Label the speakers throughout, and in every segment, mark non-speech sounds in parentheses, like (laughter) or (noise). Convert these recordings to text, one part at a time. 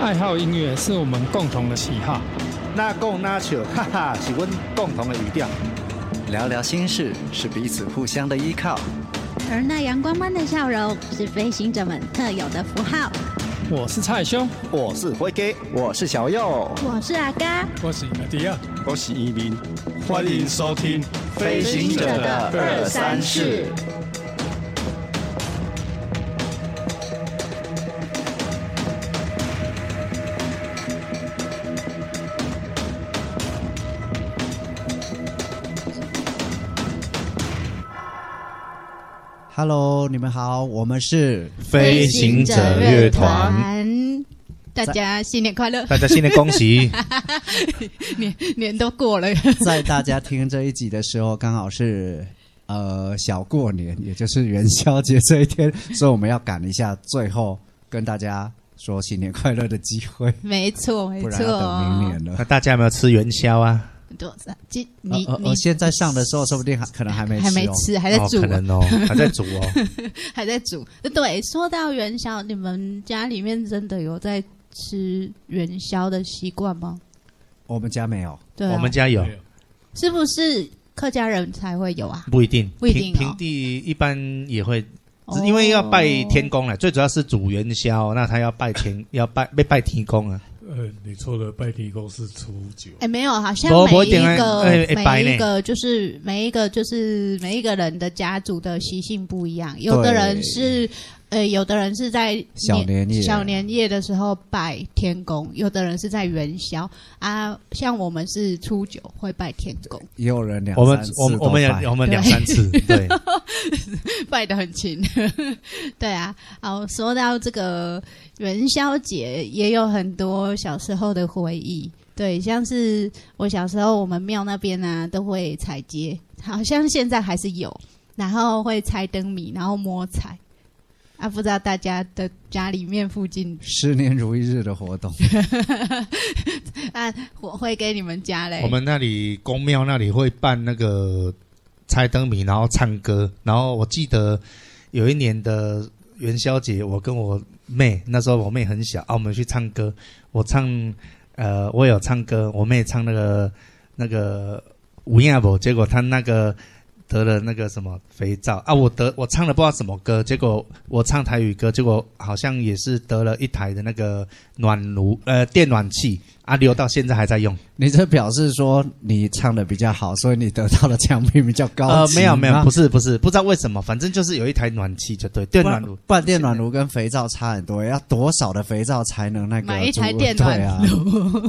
Speaker 1: 爱好音乐是我们共同的喜好，
Speaker 2: 那共那笑，哈哈，是阮共同的语调。
Speaker 3: 聊聊心事是彼此互相的依靠。
Speaker 4: 而那阳光般的笑容是飞行者们特有的符号。
Speaker 1: 我是蔡兄，
Speaker 2: 我是辉哥，
Speaker 3: 我是小右，
Speaker 4: 我是阿嘎，
Speaker 5: 我是阿迪啊亚，
Speaker 6: 我是移民，欢迎收听《
Speaker 3: 飞行者的二三事》。Hello，你们好，我们
Speaker 7: (laughs)
Speaker 3: 是
Speaker 8: 飞行者乐团。
Speaker 7: 大家新年快乐！
Speaker 8: 大家新年恭喜！ (laughs)
Speaker 7: 年年都过了， (laughs)
Speaker 3: 在大家听这一集的时候，刚好是呃小过年，也就是元宵节这一天，所以我们要赶一下最后跟大家说新年快乐的机会。
Speaker 7: 没错，没
Speaker 3: 不然要
Speaker 7: 错，
Speaker 3: 等明年了
Speaker 8: 那。大家有没有吃元宵啊？
Speaker 7: 多少？今你
Speaker 3: 呃呃
Speaker 7: 你
Speaker 3: 呃现在上的时候，说不定还可能还没
Speaker 7: 还没
Speaker 3: 哦。
Speaker 7: 吃，还在
Speaker 8: 哦，
Speaker 7: 煮
Speaker 8: 可，能哦，还在煮哦。
Speaker 7: 还在煮。对，说到元宵，你们家里面真的有在吃元宵的习惯吗？
Speaker 3: 我们家没有，
Speaker 7: 对啊，
Speaker 8: 我们家有，
Speaker 7: 是不是客家人才会有啊？
Speaker 8: 不一定，
Speaker 7: 不一定哦
Speaker 8: 平平地一般也会，只因为要拜
Speaker 7: 哦
Speaker 8: 天公啊了，最主要是煮元宵，那他要拜天，要拜被拜天公啊。
Speaker 5: 呃，你错了，拜天公是初九，
Speaker 7: 哎，没有，好像
Speaker 8: 不不
Speaker 7: 每
Speaker 8: 一
Speaker 7: 一
Speaker 8: 定啊
Speaker 7: 个、
Speaker 8: 哎哎白
Speaker 7: 每
Speaker 8: 呢
Speaker 7: 一个就是每一个就是每一个人的家族的习性不一样，有的
Speaker 3: 对
Speaker 7: 人是。呃，有的人是在
Speaker 3: 小年夜
Speaker 7: 小年夜的时候拜天公，有的人是在元宵啊，像我们是初九会拜天公，
Speaker 3: 也有人两
Speaker 8: 我们
Speaker 3: 三次
Speaker 8: 我们
Speaker 3: 都
Speaker 8: 我们哦
Speaker 3: 拜
Speaker 8: 有我们
Speaker 7: 对
Speaker 8: 两三次，对，
Speaker 7: 拜得很勤。 (laughs) 对啊，好，说到这个元宵节，也有很多小时候的回忆。对，像是我小时候，我们庙那边啊都会踩街，好像现在还是有，然后会猜灯谜，然后摸彩。啊，不知道大家的家里面附近 (laughs)
Speaker 3: 十年如一日的活动。
Speaker 7: 啊，我会给你们家嘞。
Speaker 8: 我们那里公庙那里会办那个猜灯谜，然后唱歌。然后我记得有一年的呃元宵节，我跟我妹那时候我妹很小啊，我们去唱歌，我唱呃我有唱歌，我妹唱那个那个吴亚博，结果她那个。得了那个什呃么肥皂啊！我得我唱了不知道什么歌，结果我唱台语歌，结果好像也是得了一台的那个暖炉呃电暖器啊，留到现在还在用。
Speaker 3: 你这表示说你唱的比较好，所以你得到的奖品比较高
Speaker 8: 呃，没有没有，不
Speaker 3: 是
Speaker 8: 是不是，不知道为什么，反正就是有一台暖气就对，电暖炉。
Speaker 3: 不然电暖炉跟肥皂差很多，要多少的肥皂才能那个
Speaker 7: 买一台
Speaker 3: 煮
Speaker 7: 电暖
Speaker 3: 对啊，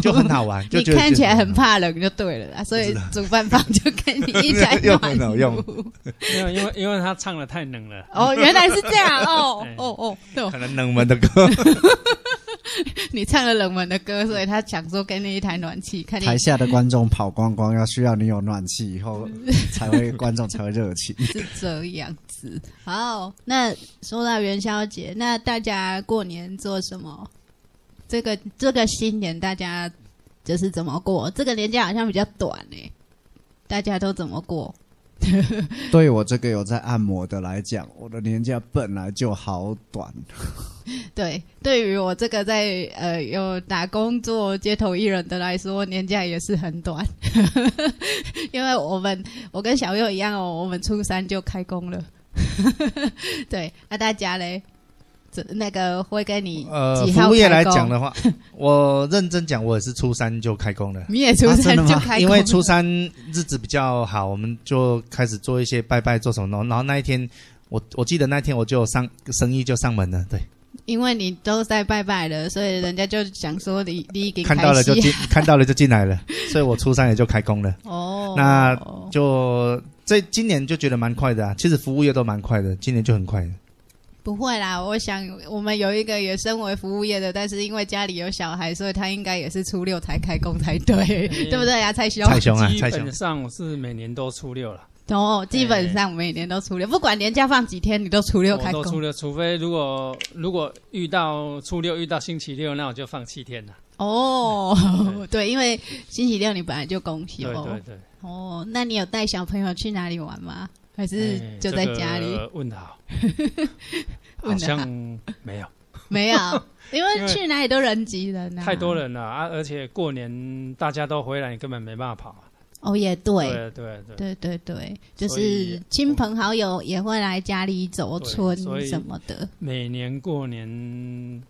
Speaker 8: 就很好玩，
Speaker 7: (laughs)
Speaker 8: 就
Speaker 7: 你
Speaker 8: 觉得嗯
Speaker 7: 看起来
Speaker 8: 就
Speaker 7: 很怕冷就对了啦，所以主办方就给你一
Speaker 8: (laughs)
Speaker 7: 盏
Speaker 8: 又
Speaker 7: 暖
Speaker 8: 很好用
Speaker 7: 炉
Speaker 1: 没有，因为因为他唱的太冷了。
Speaker 3: (laughs)
Speaker 7: 哦，原来是这样哦
Speaker 3: 哎
Speaker 7: 哦哦，对哦，
Speaker 8: 可能冷门的
Speaker 7: (laughs)
Speaker 8: 歌，
Speaker 7: 你唱了冷门的歌，所以他想说给你一台暖气， (laughs) 看你
Speaker 3: 啊台下的观众跑光光，要需要你有暖气以
Speaker 7: (laughs)
Speaker 3: 后才会观众才会热情。
Speaker 7: 是这样子。好，那说到元宵节，那大家过年做什么？这个这个新年大家就是怎么过？这个年假好像比较短呢、大家都怎么过？
Speaker 3: 对于我这个有在按摩的来讲，我的年假本来就好短，
Speaker 7: 对，对于我这个在呃有打工做街头艺人的来说，年假也是很短， (laughs) 因为我们我跟小右一样哦，我们初三就开工了。 (laughs) 对，那、大家嘞，这那个会跟你
Speaker 8: 呃，
Speaker 7: 几
Speaker 8: 服
Speaker 7: 号
Speaker 8: 务业
Speaker 7: 开
Speaker 8: 来
Speaker 7: 工 (laughs)
Speaker 8: 讲，的话，我认真讲，我也是初三就开工了，
Speaker 7: 你也初三
Speaker 3: 啊真的吗
Speaker 7: 就开工了、
Speaker 8: 因为初三日子比较好，我们就开始做一些拜拜做什么，然后那一天。我我记得那天我就上生意就上门了，对，
Speaker 7: 因为你都在拜拜了，所以人家就想说你你已经
Speaker 8: 看到了就
Speaker 7: 开
Speaker 8: 进，
Speaker 7: 始 (laughs)
Speaker 8: 看到了就进来了，所以我初三也就开工了。
Speaker 7: 哦，
Speaker 8: 那就这今年就觉得蛮快的啊，其实服务业都蛮快的，今年就很快的。
Speaker 7: 不会啦，我想我们有一个也身为服务业的，但是因为家里有小孩，所以他应该也是初六才开工才对， (laughs)
Speaker 1: 嗯
Speaker 7: 对不对呀、蔡兄？
Speaker 8: 蔡兄啊，
Speaker 1: 基
Speaker 8: 蔡兄
Speaker 1: 本，上我是每年都初六了，
Speaker 7: 哦，基本上每年都初六，不管年假放几天，你都初六
Speaker 1: 我
Speaker 7: 开
Speaker 1: 都初
Speaker 7: 工。
Speaker 1: 六，除非如果如果遇到初六遇到星期六，那我就放七天了。
Speaker 7: 哦， (laughs) 对，因为星期六你本来就公休
Speaker 1: 对。对对，
Speaker 7: 哦，那你有带小朋友去哪里玩吗？还是
Speaker 1: 哎
Speaker 7: 就在家里？
Speaker 1: 这个问好，
Speaker 7: (laughs)
Speaker 1: 好
Speaker 7: 问得好
Speaker 1: 像没有。
Speaker 7: 没
Speaker 1: (laughs)
Speaker 7: 有，因
Speaker 1: 因
Speaker 7: 为
Speaker 1: 为
Speaker 7: 去哪里都人挤人啊，
Speaker 1: 太多人了啊！而且过年大家都回来，你根本没办法跑。
Speaker 7: 哦，也对，
Speaker 1: 对对对
Speaker 7: 对对对，就
Speaker 1: 所以
Speaker 7: 是亲朋好友也会来家里走
Speaker 1: 对
Speaker 7: 村
Speaker 1: 所以
Speaker 7: 什么的，
Speaker 1: 每年过年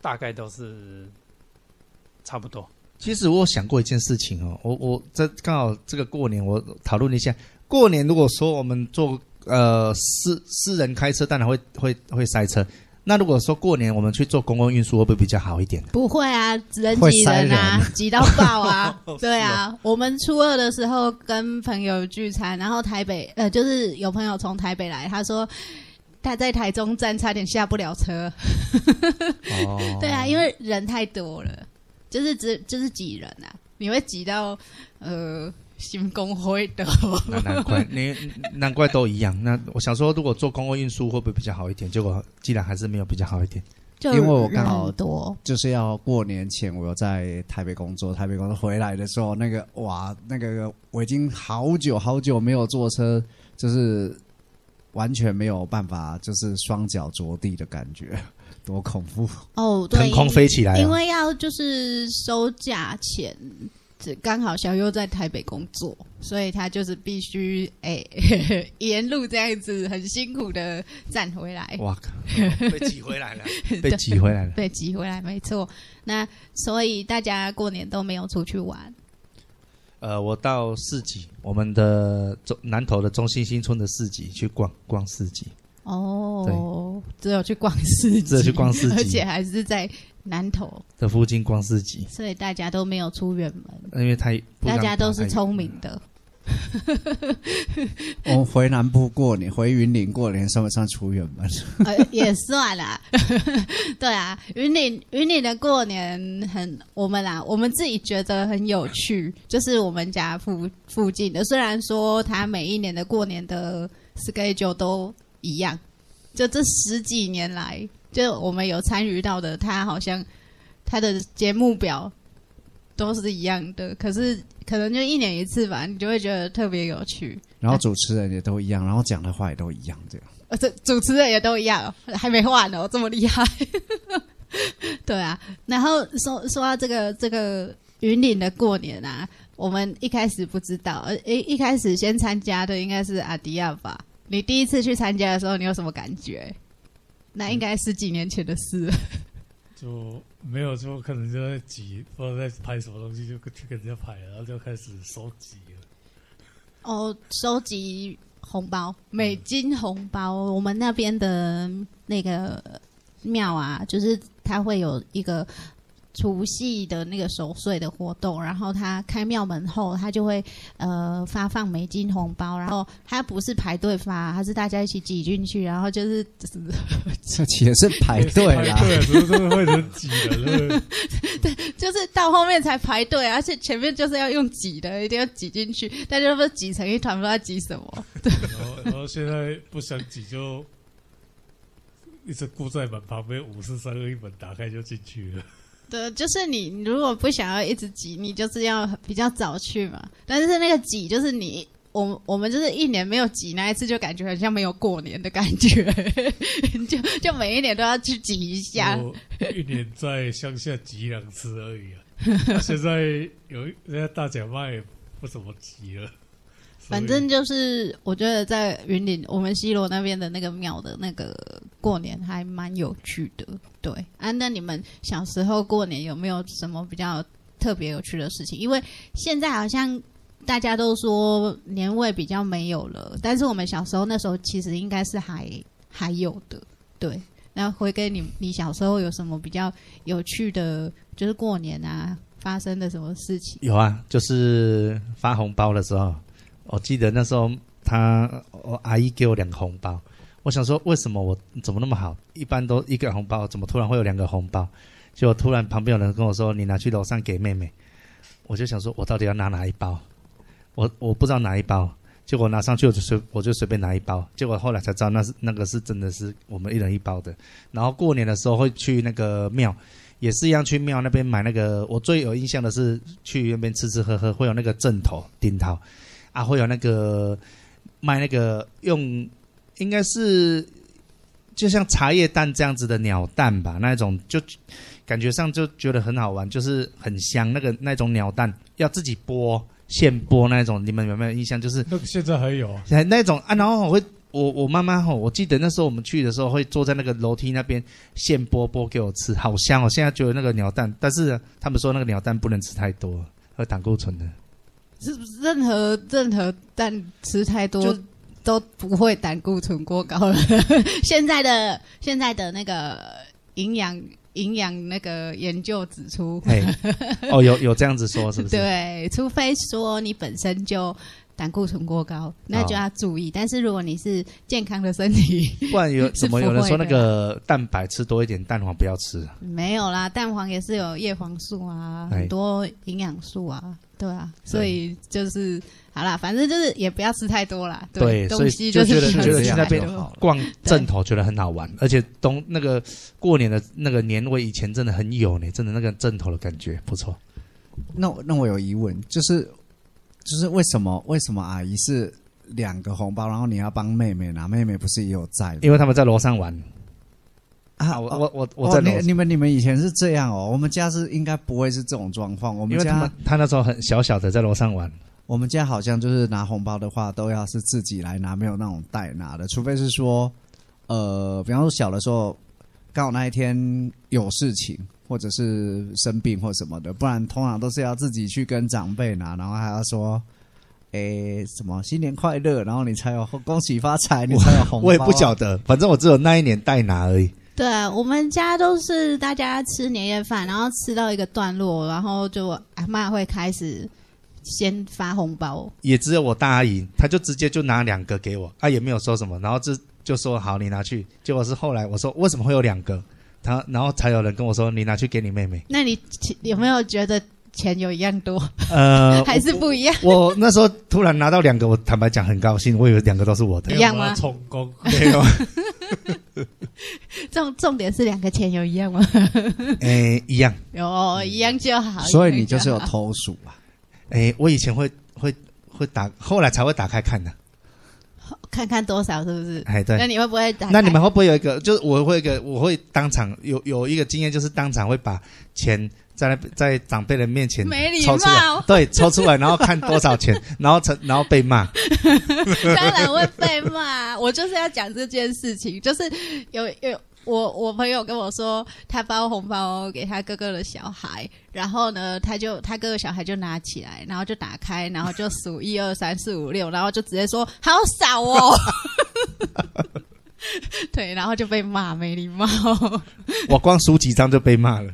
Speaker 1: 大概都是差不多。 (laughs)
Speaker 8: 其实我有想过一件事情哦，我我这刚好这个过年我讨论一下，过年如果说我们坐呃私私人开车，当然会会会塞车。那如果说过年我们去坐公共运输，会不会比较好一点？
Speaker 7: 不会啊，人
Speaker 3: 会
Speaker 7: 挤
Speaker 3: 塞
Speaker 7: 人啊，
Speaker 3: 人
Speaker 7: 挤到爆
Speaker 1: (laughs)
Speaker 7: 啊！
Speaker 1: 哦
Speaker 7: 对啊，我们初二的时候跟朋友聚餐，然后台北呃，就是有朋友从台北来，他说他在台中站差点下不了车。，
Speaker 8: 哦
Speaker 7: (laughs) 对啊，因为人太多了，就是只就是挤人啊，你会挤到呃心公会的。 (laughs)
Speaker 8: 那难怪，你难怪都一样。那我想说，如果坐公共运输会不会比较好一点？结果既然还是没有比较好一点，
Speaker 7: 就
Speaker 3: 因为我刚好
Speaker 7: 人很多，
Speaker 3: 就是要过年前，我有在台北工作，台北工作回来的时候，那个哇，那个我已经好久好久没有坐车，就是完全没有办法，就是双脚着地的感觉，多恐怖！
Speaker 7: 哦，对，
Speaker 8: 腾空飞起来、
Speaker 7: 因
Speaker 8: 啊。
Speaker 7: 为要就是收假前，这刚好小优在台北工作，所以他就是必须哎、 (laughs) 沿路这样子很辛苦的站回来，
Speaker 8: 哇靠！被挤回来
Speaker 7: (laughs)
Speaker 8: 了，哦被挤回来了。
Speaker 7: 被挤回来，没错。那所以大家过年都没有出去玩，
Speaker 8: 呃，我到市集，我们的中南投的中心新村的市集去逛逛市集，
Speaker 7: 哦，只有去逛市集，
Speaker 8: 只有去逛市集
Speaker 7: 而且还是在南投，
Speaker 8: 这附近逛市集，
Speaker 7: 所以大家都没有出远门，
Speaker 8: 因为太不
Speaker 7: 大
Speaker 8: 让
Speaker 7: 家都
Speaker 8: 太
Speaker 7: 是聪明的。
Speaker 3: 我们回南部过年，回云林过年，算不算出远门？
Speaker 7: 呃，也算啦， (laughs) 对啊，云岭云岭的过年很我们啦，我们自己觉得很有趣，就是我们家附附近的，虽然说它每一年的过年的 schedule 都一样，就这十几年来，就我们有参与到的，它好像它的节目表都是一样的，可是可能就一年一次吧，你就会觉得特别有趣。
Speaker 3: 然后主持人也都一样，然后讲的话也都一样，这样。
Speaker 7: 呃，这主持人也都一样，还没换哦，这么厉害。 (laughs) 对啊，然后说说到这个这个云岭的过年啊，我们一开始不知道，呃，一一开始先参加的应该是阿迪亚吧？你第一次去参加的时候，你有什么感觉？那应该十几年前的事了。
Speaker 5: 就没有说可能就在挤，不知道在拍什么东西，就去跟人家拍了，然后就开始收集了。
Speaker 7: 哦，收集红包，美金红包。我们那边的那个庙啊，就是它会有一个除夕的那个守岁的活动，然后它开庙门后，它就会呃发放美金红包，然后它不是排队发，它是大家一起挤进去，然后就是 (laughs)
Speaker 3: 这其实是排队啦，
Speaker 5: 对，只是真的会人挤人，对不对
Speaker 7: 就是到后面才排队，而且前面就是要用挤的，一定要挤进去，大家都不知道挤成一团，不知道挤什么。
Speaker 5: 然后然后现在不想挤就一直顾在门旁边，五四三二一门打开就进去了。
Speaker 7: 对，就是你你如果不想要一直挤，你就是要比较早去嘛。但是那个挤，就是你我我们就是一年没有挤那一次，就感觉很像没有过年的感觉， (laughs) 就就每一年都要去挤一下。
Speaker 5: 我一年在乡下挤两次而已啊。
Speaker 7: (laughs)
Speaker 5: 那现在有一现在大甲妈也不怎么挤了，所以
Speaker 7: 反正就是我觉得在云林，我们西罗那边的那个庙的那个过年还蛮有趣的。对啊，那你们小时候过年有没有什么比较特别有趣的事情？因为现在好像大家都说年味比较没有了，但是我们小时候那时候其实应该是还还有的。对，那回给你，你小时候有什么比较有趣的，就是过年啊发生的什么事情？
Speaker 8: 有啊，就是发红包的时候，我记得那时候他我阿姨给我两个红包，我想说为什么我怎么那么好，一般都一个红包，怎么突然会有两个红包？结果突然旁边有人跟我说你拿去楼上给妹妹，我就想说我到底要拿哪一包？我我不知道哪一包，结果拿上去我就随我就随便拿一包，结果后来才知道那是那个是真的是我们一人一包的。然后过年的时候会去那个庙，也是一样去庙那边买那个，我最有印象的是去那边吃吃喝喝，会有那个正头顶头啊，会有那个卖那个用，应该是就像茶叶蛋这样子的鸟蛋吧，那一种就感觉上就觉得很好玩，就是很香。那个那种鸟蛋要自己剥现剥那一种，你们有没有印象？就是
Speaker 5: 那个现在还有啊，
Speaker 8: 哎那种啊，然后我会我我妈妈吼，我记得那时候我们去的时候会坐在那个楼梯那边现剥剥给我吃，好香哦！现在觉得那个鸟蛋，但是他们说那个鸟蛋不能吃太多，会胆固
Speaker 7: (laughs)
Speaker 8: 醇的。
Speaker 7: 是不是任何任何蛋吃太多
Speaker 8: 就
Speaker 7: 都不会胆固醇过高了？ (laughs) 现在的现在的那个营养营养那个研究指出，
Speaker 8: 哎，哦，有有这样子说是不是？
Speaker 7: 对，除非说你本身就胆固醇过高，那就要注意。但是如果你是健康的身体，
Speaker 8: 不然有
Speaker 7: 是
Speaker 8: 怎么
Speaker 7: 不
Speaker 8: 有人
Speaker 7: 会
Speaker 8: 说那
Speaker 7: 的
Speaker 8: 个蛋白吃多一点，蛋黄不要吃啊？
Speaker 7: 没有啦，蛋黄也是有叶黄素啊，
Speaker 8: 哎
Speaker 7: 很多营养素啊，对啊，所以就是好啦，反正就是也不要吃太多啦。
Speaker 8: 对所
Speaker 7: 东
Speaker 8: 以
Speaker 7: 西
Speaker 8: 就觉
Speaker 7: 是
Speaker 8: 得
Speaker 7: 不
Speaker 8: 觉得
Speaker 7: 能
Speaker 8: 去
Speaker 7: 吃
Speaker 8: 那
Speaker 7: 太
Speaker 8: 边
Speaker 7: 多
Speaker 3: 好了。
Speaker 8: 逛镇头觉得很好玩，而且东那个过年的那个年味以前真的很有呢，真的那个镇头的感觉不错。
Speaker 3: 那我那我有疑问，就是就是为什么为什么阿姨是两个红包，然后你要帮妹妹拿，妹妹不是也有在吗
Speaker 8: 因为他们在楼上玩啊，
Speaker 3: 啊？
Speaker 8: 我
Speaker 3: 哦
Speaker 8: 我我我在
Speaker 3: 哦
Speaker 8: 楼
Speaker 3: 你，你们你们以前是这样哦，我们家是应该不会是这种状况，我
Speaker 8: 因
Speaker 3: 们
Speaker 8: 为他
Speaker 3: 家
Speaker 8: 们他那时候很小小的在楼上玩，
Speaker 3: 我们家好像就是拿红包的话，都要是自己来拿，没有那种代拿的，除非是说，呃，比方说小的时候，刚好那一天有事情，或者是生病或什么的，不然通常都是要自己去跟长辈拿，然后还要说。诶，什么新年快乐，然后你才有恭喜发财，你才有红包啊、
Speaker 8: 我也不晓得，反正我只有那一年代拿而已。
Speaker 7: 对我们家都是大家吃年夜饭，然后吃到一个段落，然后就阿妈会开始先发红包，
Speaker 8: 也只有我大阿姨，她就直接就拿两个给我，她也没有说什么，然后就就说好你拿去。结果是后来我说为什么会有两个，她然后才有人跟我说你拿去给你妹妹。 (laughs)
Speaker 7: 那你其有没有觉得钱有一样多， (laughs)
Speaker 8: 呃，
Speaker 7: 还是不一样？
Speaker 8: 我我那时候突然拿到两个，我坦白讲很高兴，我以为两个都是我的 (laughs)
Speaker 7: 一。样吗
Speaker 5: 没有把它充
Speaker 7: (laughs)
Speaker 5: 公，
Speaker 8: 没有，
Speaker 7: 重重点是两个钱有
Speaker 8: (laughs)
Speaker 7: 一样吗？
Speaker 8: 哎，一样。
Speaker 7: 有、一样就好。
Speaker 3: 所以你就是有
Speaker 7: 一样好
Speaker 3: 偷鼠啊？
Speaker 8: 哎，我以前会会会打，后来才会打开看的。
Speaker 7: 看看多少是不是？
Speaker 8: 哎，对
Speaker 7: 那。你会不会打开？
Speaker 8: 那你们会不会有一个？就是我会有一个，我会当场有有一个经验，就是当场会把钱在那在长辈的面前
Speaker 7: 没礼
Speaker 8: 抽出来
Speaker 7: 貌，
Speaker 8: 对，抽出来，然后看多少钱， (laughs) 然后成然后被骂。
Speaker 7: 当然会被骂。我就是要讲这件事情，就是有有我我朋友跟我说，他包红包给他哥哥的小孩，然后呢，他就他哥哥小孩就拿起来，然后就打开，然后就数一二三四五六，然后就直接说好少哦。 (laughs) 对，然后就被骂没礼貌。
Speaker 3: 哦
Speaker 8: 我光数几张就被骂了。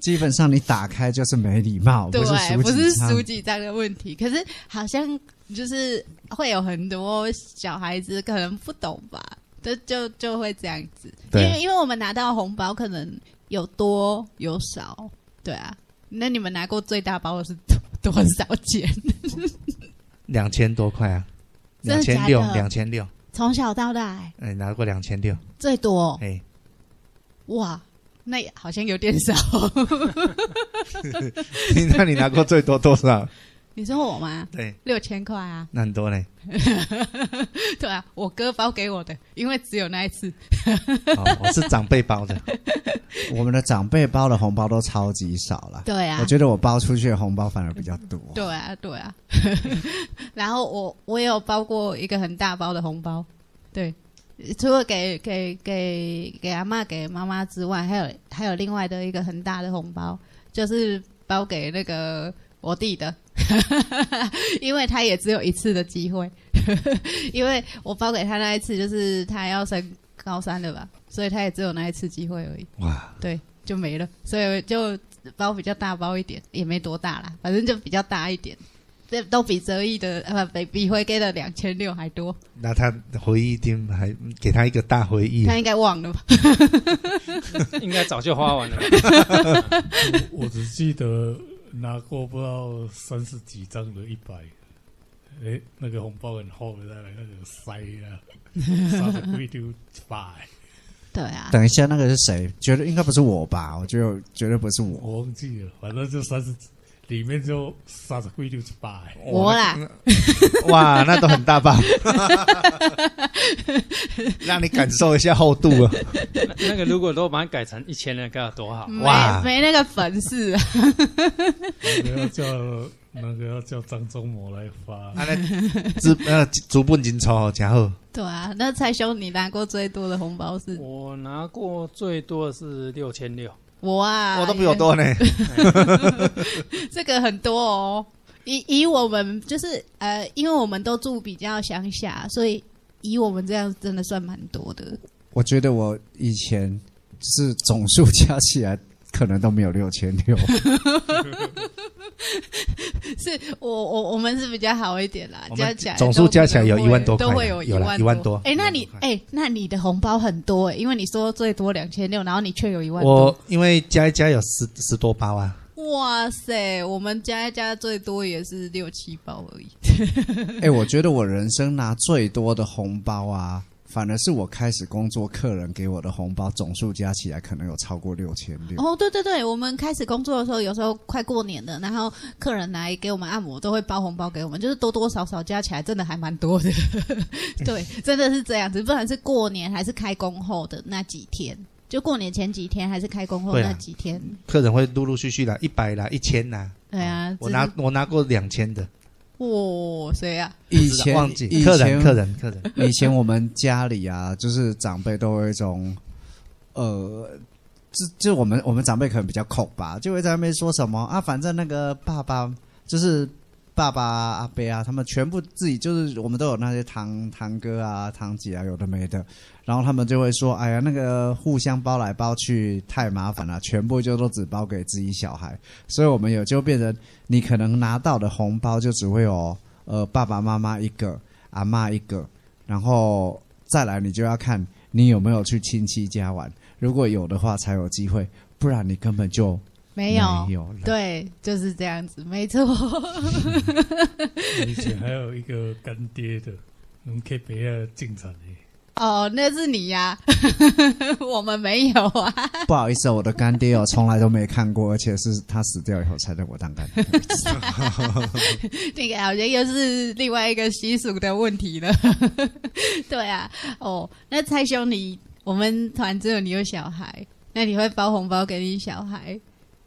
Speaker 3: 基本上你打开就是没礼貌，
Speaker 7: 对
Speaker 3: 不是，数
Speaker 7: 不是
Speaker 3: 几张
Speaker 7: 数几张的问题，可是好像就是会有很多小孩子可能不懂吧，就就就会这样子，因
Speaker 8: 对
Speaker 7: 为因为我们拿到红包可能有多有少，对啊，那你们拿过最大包的是多多少钱？ (laughs)
Speaker 8: 两千多块啊，
Speaker 7: 真
Speaker 8: 两
Speaker 7: 的
Speaker 8: 千
Speaker 7: 假的
Speaker 8: 六，两千六，
Speaker 7: 从小到大、欸、
Speaker 8: 哎，拿过两千六，
Speaker 7: 最多
Speaker 8: 哎， (laughs)
Speaker 7: 哇，那也好像有点少。 (laughs)
Speaker 8: 你那你拿过最多多少？
Speaker 7: 你说我吗？
Speaker 8: 对，
Speaker 7: 六千块啊，
Speaker 8: 那很多嘞。
Speaker 7: 对啊，我哥包给我的，因为只有那一次。
Speaker 8: 哦，我是长辈包的，
Speaker 3: 我们的长辈包的红包都超级少了。
Speaker 7: 对啊，
Speaker 3: 我觉得我包出去的红包反而比较多。
Speaker 7: 对啊，对啊。 (laughs) 然后我我也有包过一个很大包的红包，对，除了给给给给阿嬷给妈妈之外，还有还有另外的一个很大的红包，就是包给那个我弟的， (laughs) 因为他也只有一次的机会， (laughs) 因为我包给他那一次就是他要升高三了吧，所以他也只有那一次机会而已。
Speaker 8: 哇，
Speaker 7: 对，就没了，所以就包比较大包一点，也没多大啦，反正就比较大一点，这都比折翼的呃不比比辉给的两千六还多，
Speaker 8: 那他回忆一定还给他一个大回忆。啊
Speaker 7: 他应该忘了吧？
Speaker 1: 应该早就花完了。 (laughs)
Speaker 5: 我只记得拿过不知道三十几张的一百，哎，那个红包很厚的，那个塞啊，塞的贵丢百，
Speaker 7: 对啊，
Speaker 3: 等一下，那个是谁？觉得应该不是我吧？我觉得绝对不是我。
Speaker 5: 我忘记了，反正就三十几，里面就三十几六七八的，
Speaker 7: 我啦，
Speaker 8: 哇，那都很大包，让你感受一下厚度啊！
Speaker 1: 那那个如果都把它改成一千人，该有多好！
Speaker 8: 哇
Speaker 7: 没没那个粉丝啊，
Speaker 5: 那个要叫那个要叫张忠谋来发，
Speaker 8: 啊，那资呃足本金超然后
Speaker 7: 对啊，那蔡兄你拿过最多的红包是
Speaker 1: 我拿过最多的是六千六，
Speaker 7: 我啊，
Speaker 8: 我都比我多呢。
Speaker 7: (laughs) 这个很多哦。以以我们就是呃，因为我们都住比较乡下，所以以我们这样真的算蛮多的。
Speaker 3: 我觉得我以前就是总数加起来可能都没有六千六，
Speaker 7: 是我我我们是比较好一点啦
Speaker 8: 我，们
Speaker 7: 加起来
Speaker 8: 总
Speaker 7: 都
Speaker 8: 数加起来有
Speaker 7: 都会
Speaker 8: 一万多块
Speaker 7: 都会有
Speaker 8: 有啦
Speaker 7: 万
Speaker 8: 一万多
Speaker 7: 哎，那你
Speaker 8: 一万多
Speaker 7: 哎，那你的红包很多哎，因为你说最多两千六，然后你却有一万多。
Speaker 8: 我因为加一加有十十多包啊，
Speaker 7: 哇塞，我们加一加最多也是六七包而已。
Speaker 3: 哎、我觉得我人生拿最多的红包啊，反而是我开始工作，客人给我的红包总数加起来可能有超过六千
Speaker 8: 嗯
Speaker 3: 六。
Speaker 7: 哦，对对对，我们开始工作的时候，有时候快过年了，然后客人来给我们按摩，都会包红包给我们，就是多多少少加起来，真的还蛮多的。 (laughs) 对，真的是这样子，不管是过年还是开工后的那几天，就过年前几天还是开工后
Speaker 8: 对啊
Speaker 7: 那几天，
Speaker 8: 客人会陆陆续续的，一百啦，一千啦。
Speaker 7: 对啊，
Speaker 8: 嗯我
Speaker 7: 真
Speaker 8: 拿我拿过两千的，
Speaker 7: 哇谁啊？
Speaker 3: 以前
Speaker 8: 忘记
Speaker 3: 以前
Speaker 8: 客人客人客人，
Speaker 3: 以前我们家里啊，就是长辈都有一种，呃，就就我们我们长辈可能比较恐吧，就会在那边说什么啊，反正那个爸爸就是爸爸啊阿伯啊，他们全部自己就是我们都有那些堂堂哥啊、堂姐啊，有的没的，然后他们就会说，哎呀，那个互相包来包去太麻烦了，全部就都只包给自己小孩，所以我们有就变成你可能拿到的红包就只会有呃爸爸妈妈一个。阿嬷一个，然后再来你就要看你有没有去亲戚家玩，如果有的话才有机会，不然你根本就
Speaker 7: 没有
Speaker 3: 没，有了。
Speaker 7: 对，就是这样子，没错。 (laughs)
Speaker 5: 以前还有一个干爹的，我们可以别要进场的，
Speaker 7: 哦，那是你呀、 (laughs) 我们没有啊。
Speaker 3: 不好意思哦，我的干爹哦，从来都没看过，而且是他死掉以后才让我当干 (laughs) 爹。
Speaker 7: 这个啊好像又是另外一个习俗的问题了。 (laughs) 对啊，哦，那蔡兄你，我们团只有你有小孩，那你会包红包给你小孩，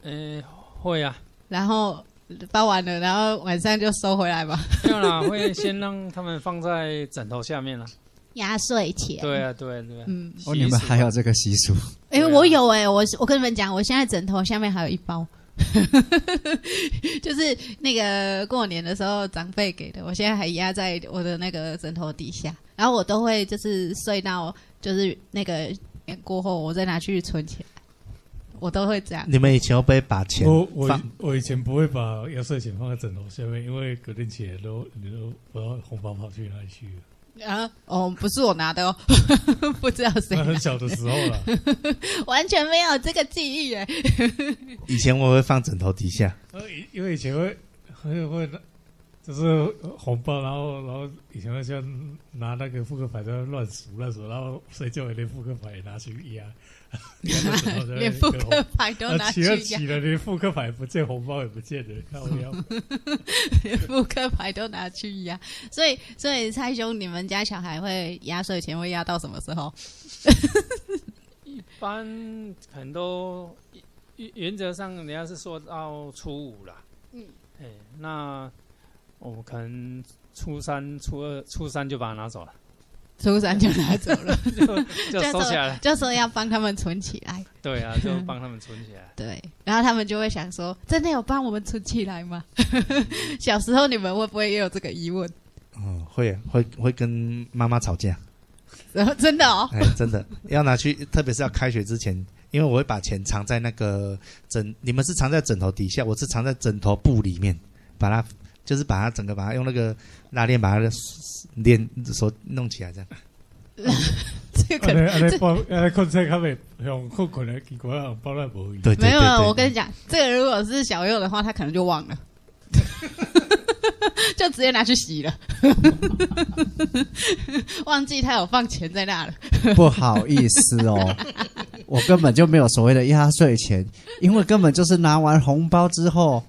Speaker 1: 嗯、会啊，
Speaker 7: 然后包完了，然后晚上就收回来吧？
Speaker 1: 没有啦，会先让他们放在枕头下面啦。
Speaker 7: 压岁钱。
Speaker 1: (laughs) 对啊，对啊，对啊。
Speaker 7: 嗯，
Speaker 3: 哦，你们还有这个习俗？
Speaker 7: 因
Speaker 1: 对啊
Speaker 7: 为、我有哎、我我跟你们讲，我现在枕头下面还有一包。 (laughs) 就是那个过年的时候长辈给的，我现在还压在我的那个枕头底下，然后我都会就是睡到就是那个年过后，我再拿去存起来，我都会这样。
Speaker 8: 你们以前会不会把钱
Speaker 5: 我我
Speaker 8: 放
Speaker 5: 以我以前不会把压岁钱放在枕头下面，因为隔天起来都你都不知道红包跑去哪里去了。
Speaker 7: 啊，哦，不是我拿的哦， (laughs) 不知道
Speaker 1: (laughs)
Speaker 7: 谁
Speaker 5: 那很
Speaker 7: 拿，
Speaker 5: 小的时候
Speaker 7: (laughs)
Speaker 5: 了，
Speaker 7: 完全没有这个记忆哎。
Speaker 8: 以前我会放枕头底下，
Speaker 5: 呃，以因为以前会会会拿就是红包，然后然后以前会像拿那个扑克牌在那乱数乱数，然后睡觉也连扑克牌也拿去
Speaker 7: (laughs)
Speaker 5: 压，
Speaker 7: 连扑克牌都
Speaker 5: 啊
Speaker 7: 拿去
Speaker 5: 起了
Speaker 7: 压
Speaker 5: 起了，连扑克牌不见，红包也不见了，看
Speaker 7: (laughs)
Speaker 5: 我要
Speaker 7: 扑克牌都拿去压，所以所以蔡兄，你们家小孩会压岁钱会压到什么时候？
Speaker 1: 一般可能都原原则上人家是说到初五啦，嗯，哎、那我们可能初三、初二、初三就把它拿 (laughs) 走了，
Speaker 7: 初三就拿走了，
Speaker 1: 就收起来了。
Speaker 7: 就说要帮他们存起来，
Speaker 1: 对 (laughs) 啊，就帮他们存起来。
Speaker 7: 对，然后他们就会想说，真的有帮我们存起来吗？ (laughs) 小时候你们会不会也有这个疑问？
Speaker 8: 嗯，会啊会会跟妈妈吵架，
Speaker 7: 然后真的哦，
Speaker 8: 哎，真的 (laughs) 要拿去，特别是要开学之前，因为我会把钱藏在那个枕，你们是藏在枕头底下，我是藏在枕头布里面，把它就是把它整个把它用那个拉链把它的链手弄起来这样。
Speaker 7: 这个可
Speaker 5: 安
Speaker 8: 哦
Speaker 7: 能
Speaker 5: 尼安尼啊包安尼困在他们向困困的，结果红包来无去。
Speaker 8: (laughs) 对，对
Speaker 7: 没有，啊
Speaker 8: 对对
Speaker 7: 我跟你讲，这个如果是小右的话，他可能就忘了， (laughs) 就直接拿去洗了， (laughs) 忘记他有放钱在那了。
Speaker 3: (laughs) 不好意思哦，我根本就没有所谓的压岁钱，因为根本就是拿完红包之后，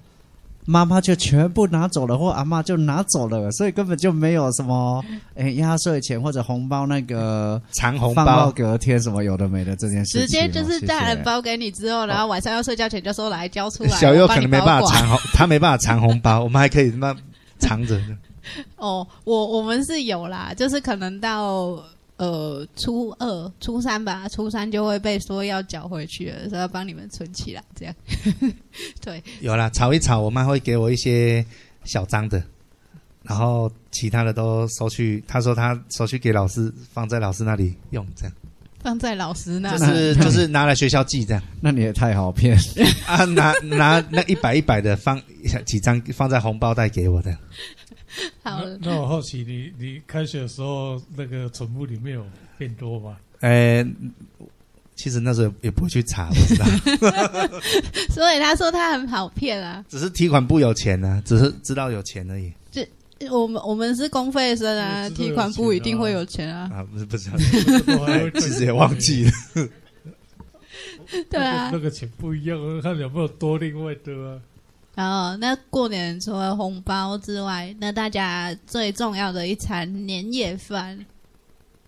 Speaker 3: 妈妈就全部拿走了，或阿妈就拿走了，所以根本就没有什么诶压岁钱或者红包那个
Speaker 8: 藏红
Speaker 3: 放到
Speaker 8: 包，
Speaker 3: 隔天什么有的没的这件事情哦，
Speaker 7: 直接就是大人
Speaker 3: 谢谢
Speaker 7: 包给你之后，然后晚上要睡觉前就说来交出来，
Speaker 8: 小右
Speaker 7: 我帮
Speaker 8: 可
Speaker 7: 你
Speaker 8: 能没
Speaker 7: 保
Speaker 8: 办法
Speaker 7: 管
Speaker 8: 藏
Speaker 7: (laughs)
Speaker 8: 红，他没办法藏红包，我们还可以他妈藏着呢。
Speaker 7: 哦，我我们是有啦，就是可能到呃初二、初三吧，初三就会被说要缴回去了，说要帮你们存起来，这样。对，
Speaker 8: 有啦，炒一炒，我妈会给我一些小张的，然后其他的都收去。她说她收去给老师，放在老师那里用，这样
Speaker 7: 放在老师那
Speaker 8: 就
Speaker 7: 里。
Speaker 8: 是就是拿来学校寄这样
Speaker 3: 那你也太好骗，
Speaker 8: 啊，拿拿那一百一百的放几张放在红包袋给我的。
Speaker 7: (laughs) 好了
Speaker 5: 那，那我好奇你，你开学的时候那个存部里面有变
Speaker 8: (laughs)
Speaker 5: 多吗？
Speaker 8: 呃，其实那时候也不会去查，我知
Speaker 7: (laughs)
Speaker 8: 道，
Speaker 7: 所以他说他很好骗啊。
Speaker 8: 只是提款部有钱呢、只是知道有钱而已
Speaker 7: 我们我们是公费生啊，
Speaker 5: 我知道有
Speaker 7: 提款部一定会有
Speaker 8: (laughs)
Speaker 7: 钱啊。
Speaker 8: 啊，不是不知道，哎
Speaker 5: 我还会
Speaker 8: 其实也忘记
Speaker 7: (laughs)
Speaker 8: 了。
Speaker 7: 对啊
Speaker 5: 那个那，个钱不一样，看有没有多另外的啊。
Speaker 7: 然后那过年除了红包之外，那大家最重要的一餐年夜饭，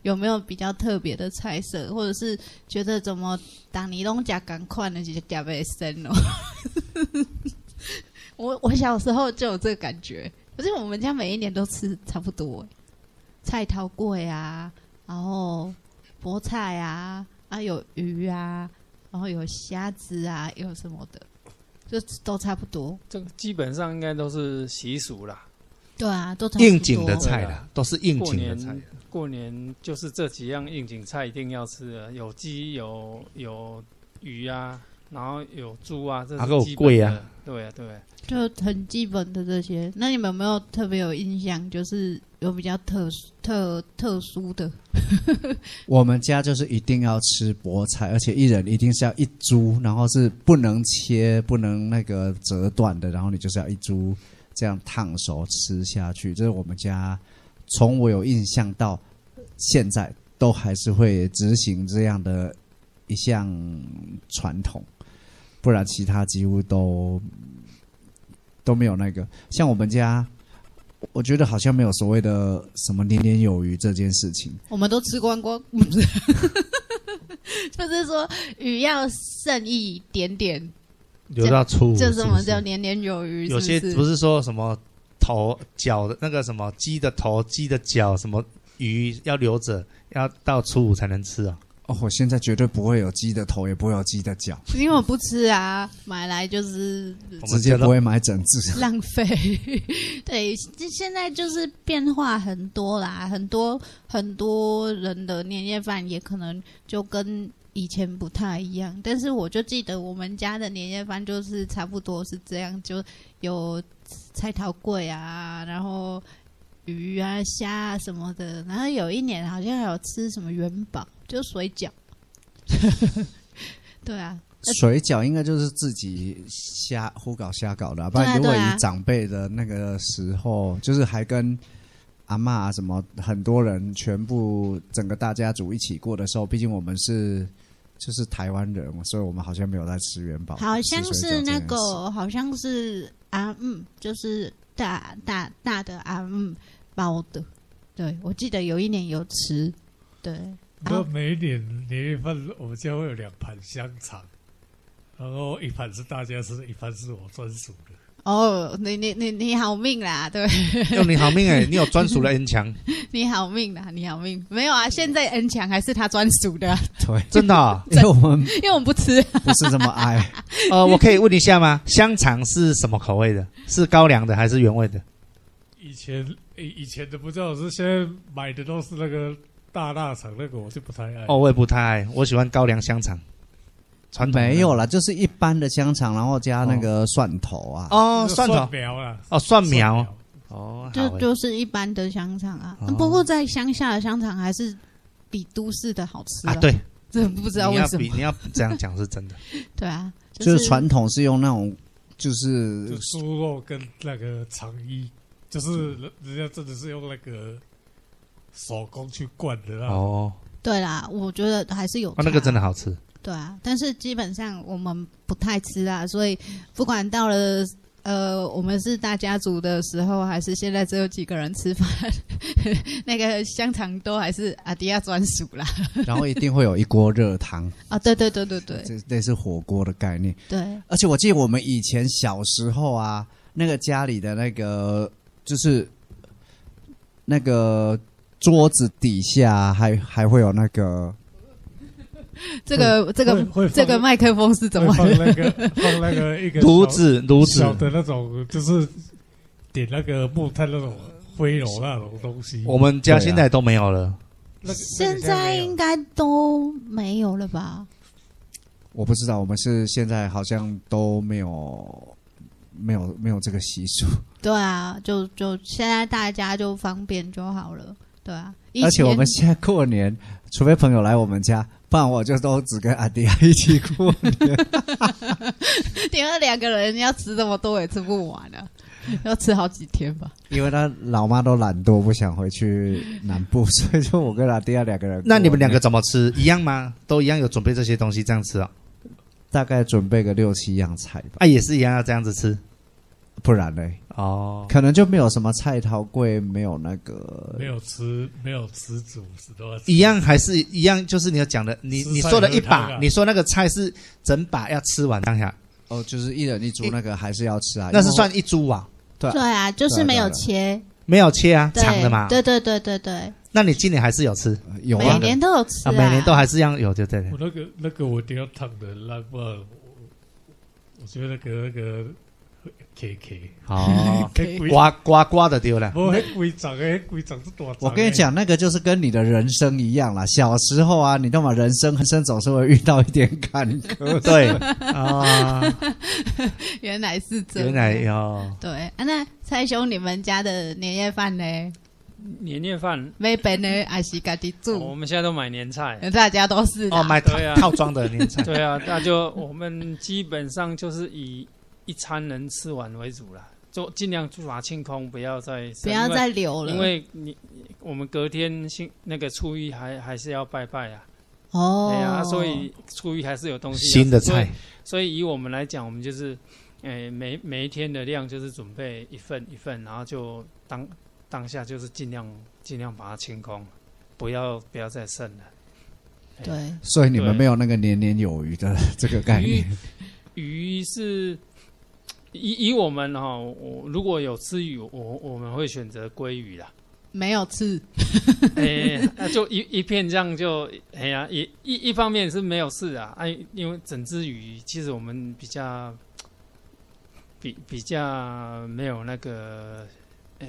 Speaker 7: 有没有比较特别的菜色，或者是觉得怎么打尼龙夹赶快呢，就是夹被生哦？ (laughs) 我我小时候就有这个感觉，可是我们家每一年都吃差不多欸，菜头粿啊，然后菠菜啊，啊有鱼啊，然后有虾子啊，有什么的，就都差不多。
Speaker 1: 这个基本上应该都是习俗啦。
Speaker 7: 对啊，都差不多
Speaker 8: 应景的菜
Speaker 1: 对
Speaker 8: 啦，都是应
Speaker 1: 过
Speaker 8: 景的菜啊
Speaker 1: 年。过年就是这几样应景菜一定要吃的，有鸡有有鱼啊，然后有猪啊，这
Speaker 8: 还有
Speaker 1: 是基本
Speaker 8: 粿
Speaker 1: 的。
Speaker 8: 啊
Speaker 1: 对啊，对啊，
Speaker 7: 就很基本的这些。那你们有没有特别有印象？就是有比较特殊特特殊的？
Speaker 3: 我们家就是一定要吃菠菜，而且一人一定是要一株，然后是不能切、不能那个折断的，然后你就是要一株这样烫熟吃下去。这是我们家从我有印象到现在都还是会执行这样的一项传统，不然其他几乎都都没有那个。像我们家，我觉得好像没有所谓的什么年年有余这件事情。
Speaker 7: 我们都吃光 (laughs) 光，就是说鱼要剩一点点，
Speaker 8: 留到初五
Speaker 7: 这
Speaker 8: 是
Speaker 7: 什
Speaker 8: 不
Speaker 7: 么
Speaker 8: 哦是
Speaker 7: 叫年年有余？
Speaker 8: 有些
Speaker 7: 是
Speaker 8: 不是说什么头脚的那个什么鸡的头、鸡的脚，什么鱼要留着，要到初五才能吃啊。
Speaker 3: 哦，我现在绝对不会有鸡的头，也不会有鸡的脚，
Speaker 7: 是因为我不吃啊，买来就是呃
Speaker 8: 我
Speaker 3: 直
Speaker 8: 们
Speaker 3: 接
Speaker 8: 觉
Speaker 3: 不
Speaker 8: 得
Speaker 3: 会买整
Speaker 7: (laughs)
Speaker 3: 只。
Speaker 7: 浪费。对，这现在就是变化很多啦，很多很多人的年夜饭也可能就跟以前不太一样。但是我就记得我们家的年夜饭就是差不多是这样，就有菜头粿啊，然后鱼啊、虾啊什么的。然后有一年好像还有吃什么元宝，就水饺。 (laughs) 对啊，
Speaker 3: 水饺应该就是自己瞎胡搞瞎搞的啊、不
Speaker 7: 对啊
Speaker 3: 然如果
Speaker 7: 对啊
Speaker 3: 以长辈的那个时候，就是还跟阿嬷啊什么很多人全部整个大家族一起过的时候，毕竟我们是就是台湾人嘛，所以我们好像没有在吃元宝，
Speaker 7: 好像
Speaker 3: 吃水
Speaker 7: 是
Speaker 3: 饺这件
Speaker 7: 那
Speaker 3: 事
Speaker 7: 个，好像是阿嗯，就是大大大的阿嗯包的。对，我记得有一年有吃，对，啊
Speaker 5: 然后每一年年夜饭，我们家会有两盘香肠，然后一盘是大家吃，一盘是我专属的。
Speaker 7: 哦，你你你你好命啦，对， (laughs)
Speaker 8: 用你好命哎、你有专属的 N 强，
Speaker 7: 你好命啦，你好命，没有啊，现在 N 强还是他专属的啊、 (laughs)
Speaker 3: 对，
Speaker 8: 真的啊、
Speaker 3: (laughs) 因为我们
Speaker 7: 因为我们不吃，啊
Speaker 3: 不是这么爱。
Speaker 7: (laughs)
Speaker 8: 呃，我可以问一下吗？香肠是什么口味的？是高粱的还是原味的？
Speaker 5: 以前以以前的不知道，是现在买的都是那个大腊肠，那个我就不太爱。
Speaker 8: 哦，，我也不太爱，我喜欢高粱香肠。传统的
Speaker 3: 没有啦，就是一般的香肠，然后加那个蒜头啊。
Speaker 8: 哦，蒜头
Speaker 5: 苗啦，
Speaker 8: 哦，蒜苗
Speaker 5: 苗
Speaker 8: 哦，好
Speaker 7: 就
Speaker 8: 欸
Speaker 7: 就是一般的香肠啊。
Speaker 8: 哦
Speaker 7: 不过在乡下的香肠还是比都市的好吃
Speaker 8: 啊，对，
Speaker 7: 这不知道
Speaker 8: 你
Speaker 7: 为
Speaker 8: 要
Speaker 7: 什
Speaker 8: 比
Speaker 7: 么，
Speaker 8: 你要这样讲是真的。
Speaker 7: 对啊，
Speaker 3: 就是是传统是用那种，就是
Speaker 5: 就猪肉跟那个肠衣，就是
Speaker 8: 嗯
Speaker 5: 人人家真的是用那个手工去灌的啊啦。
Speaker 8: 哦，
Speaker 7: 对啦，我觉得还是有、
Speaker 8: 哦那个真的好吃。
Speaker 7: 对啊，但是基本上我们不太吃啊，所以不管到了呃，我们是大家族的时候，还是现在只有几个人吃饭，那个香肠都还是阿迪亚专属啦。
Speaker 3: 然后一定会有一锅热 (laughs) 汤，
Speaker 7: 啊，对对对对对
Speaker 3: 这类似火锅的概念。
Speaker 7: (laughs) 对，
Speaker 3: 而且我记得我们以前小时候啊，那个家里的那个就是那个桌子底下啊还还会有那个
Speaker 7: 这个这个
Speaker 5: 会会放
Speaker 7: 这个麦克风是怎么
Speaker 5: 会？放那
Speaker 8: (laughs)
Speaker 5: 个放那个一个
Speaker 8: 炉子炉子
Speaker 5: 小，的那种，就是点那个木炭那种灰炉那种东西。
Speaker 8: 我们家
Speaker 3: 对啊
Speaker 8: 现在都没有了。
Speaker 5: 那个
Speaker 7: 现在应该都没有了吧？
Speaker 3: 我不知道，我们是现在好像都没有没有没有这个习俗，
Speaker 7: 对啊，就就现在大家就方便就好了，对啊。以前
Speaker 3: 而且
Speaker 7: (laughs)
Speaker 3: 我们现在过年，除非朋友来我们家，不然我就都只跟阿迪亚一起过年。
Speaker 7: 点了两个人要吃这么多也吃不完啊，要吃好几天吧？
Speaker 3: 因为他老妈都懒惰，不想回去南部， (laughs) 所以就我跟阿迪亚两个人。
Speaker 8: 那你们两个怎么吃？一样吗？都一样有准备这些东西这样吃啊？
Speaker 3: 大概准备个六七样菜吧，
Speaker 8: 啊，也是一样要这样子吃
Speaker 3: 不然嘞，
Speaker 8: 哦。
Speaker 3: 可能就没有什么菜头柜，没有那个
Speaker 5: 没有吃没有吃主食都要吃
Speaker 8: 一样还是一样，就是你有讲的，你
Speaker 5: 吃
Speaker 8: 你
Speaker 5: 菜
Speaker 8: 说的
Speaker 5: 喝
Speaker 8: 一
Speaker 5: 汤
Speaker 8: 把
Speaker 5: 啊，
Speaker 8: 你说那个菜是整把要吃完当下，
Speaker 3: 哦，就是一人一株那个还是要吃啊，
Speaker 8: 那
Speaker 3: 因
Speaker 8: 是
Speaker 3: 为
Speaker 8: 算一株啊，
Speaker 3: 对啊
Speaker 7: 对啊，就是没有切，
Speaker 8: 没有切啊，
Speaker 7: 对
Speaker 8: 长的嘛。
Speaker 7: 对对对对对，
Speaker 8: 那你今年还是有吃
Speaker 3: 有
Speaker 7: 每
Speaker 3: 啊，
Speaker 7: 年都有吃
Speaker 8: 啊？每年都还是一样有，就对了
Speaker 5: (laughs) 我。那个那个我一定要烫的烂，不然我我觉得那个那个 K K，
Speaker 8: 哦，
Speaker 5: 那规
Speaker 8: 刮刮刮的丢
Speaker 5: (laughs)
Speaker 8: 了。
Speaker 5: 不那规长诶，那规长是多长？
Speaker 3: 我跟你，讲，那个就是跟你的人生一样啦。小时候啊，你懂吗？人生人生总是会遇到一点坎
Speaker 8: (laughs)
Speaker 3: 坷。
Speaker 8: 对啊，
Speaker 7: 原来是这样，
Speaker 8: 原来哦有
Speaker 7: 对啊。那蔡兄，你们家的年夜饭呢？
Speaker 1: 年夜饭，
Speaker 7: 没本呢，还是家己
Speaker 1: 我
Speaker 7: 煮，
Speaker 1: 们现在都买年菜。
Speaker 7: 大家都是啦
Speaker 8: 哦，买套
Speaker 1: 对啊
Speaker 8: 套装的年 (laughs) 菜。
Speaker 1: 对啊，那就我们基本上就是以一餐能吃完为主啦，就尽量就把它清空，不要再
Speaker 7: 不要再留了，
Speaker 1: 因为因为你我们隔天星那个初一还还是要拜拜啊，
Speaker 7: 哦
Speaker 1: 哎，呀、啊，所以初一还是有东西要
Speaker 8: 新的
Speaker 1: 吃所以
Speaker 8: 菜，
Speaker 1: 所以以我们来讲，我们就是，诶、每每一天的量就是准备一份一份，然后就当当下就是尽量尽量把它清空，不要不要再剩了。
Speaker 7: 对
Speaker 3: 所以你们
Speaker 1: 对
Speaker 3: 没有那个年年有余的这个概念。
Speaker 1: 鱼是以以我们哈、哦，我如果有吃鱼，我我们会选择鲑鱼
Speaker 3: (laughs)
Speaker 1: 啦。
Speaker 7: 没有吃，
Speaker 1: 诶、那就一一片这样就，哎呀、一一一方面是没有事啊，哎、因为整只鱼其实我们比较，比比较没有那个，诶、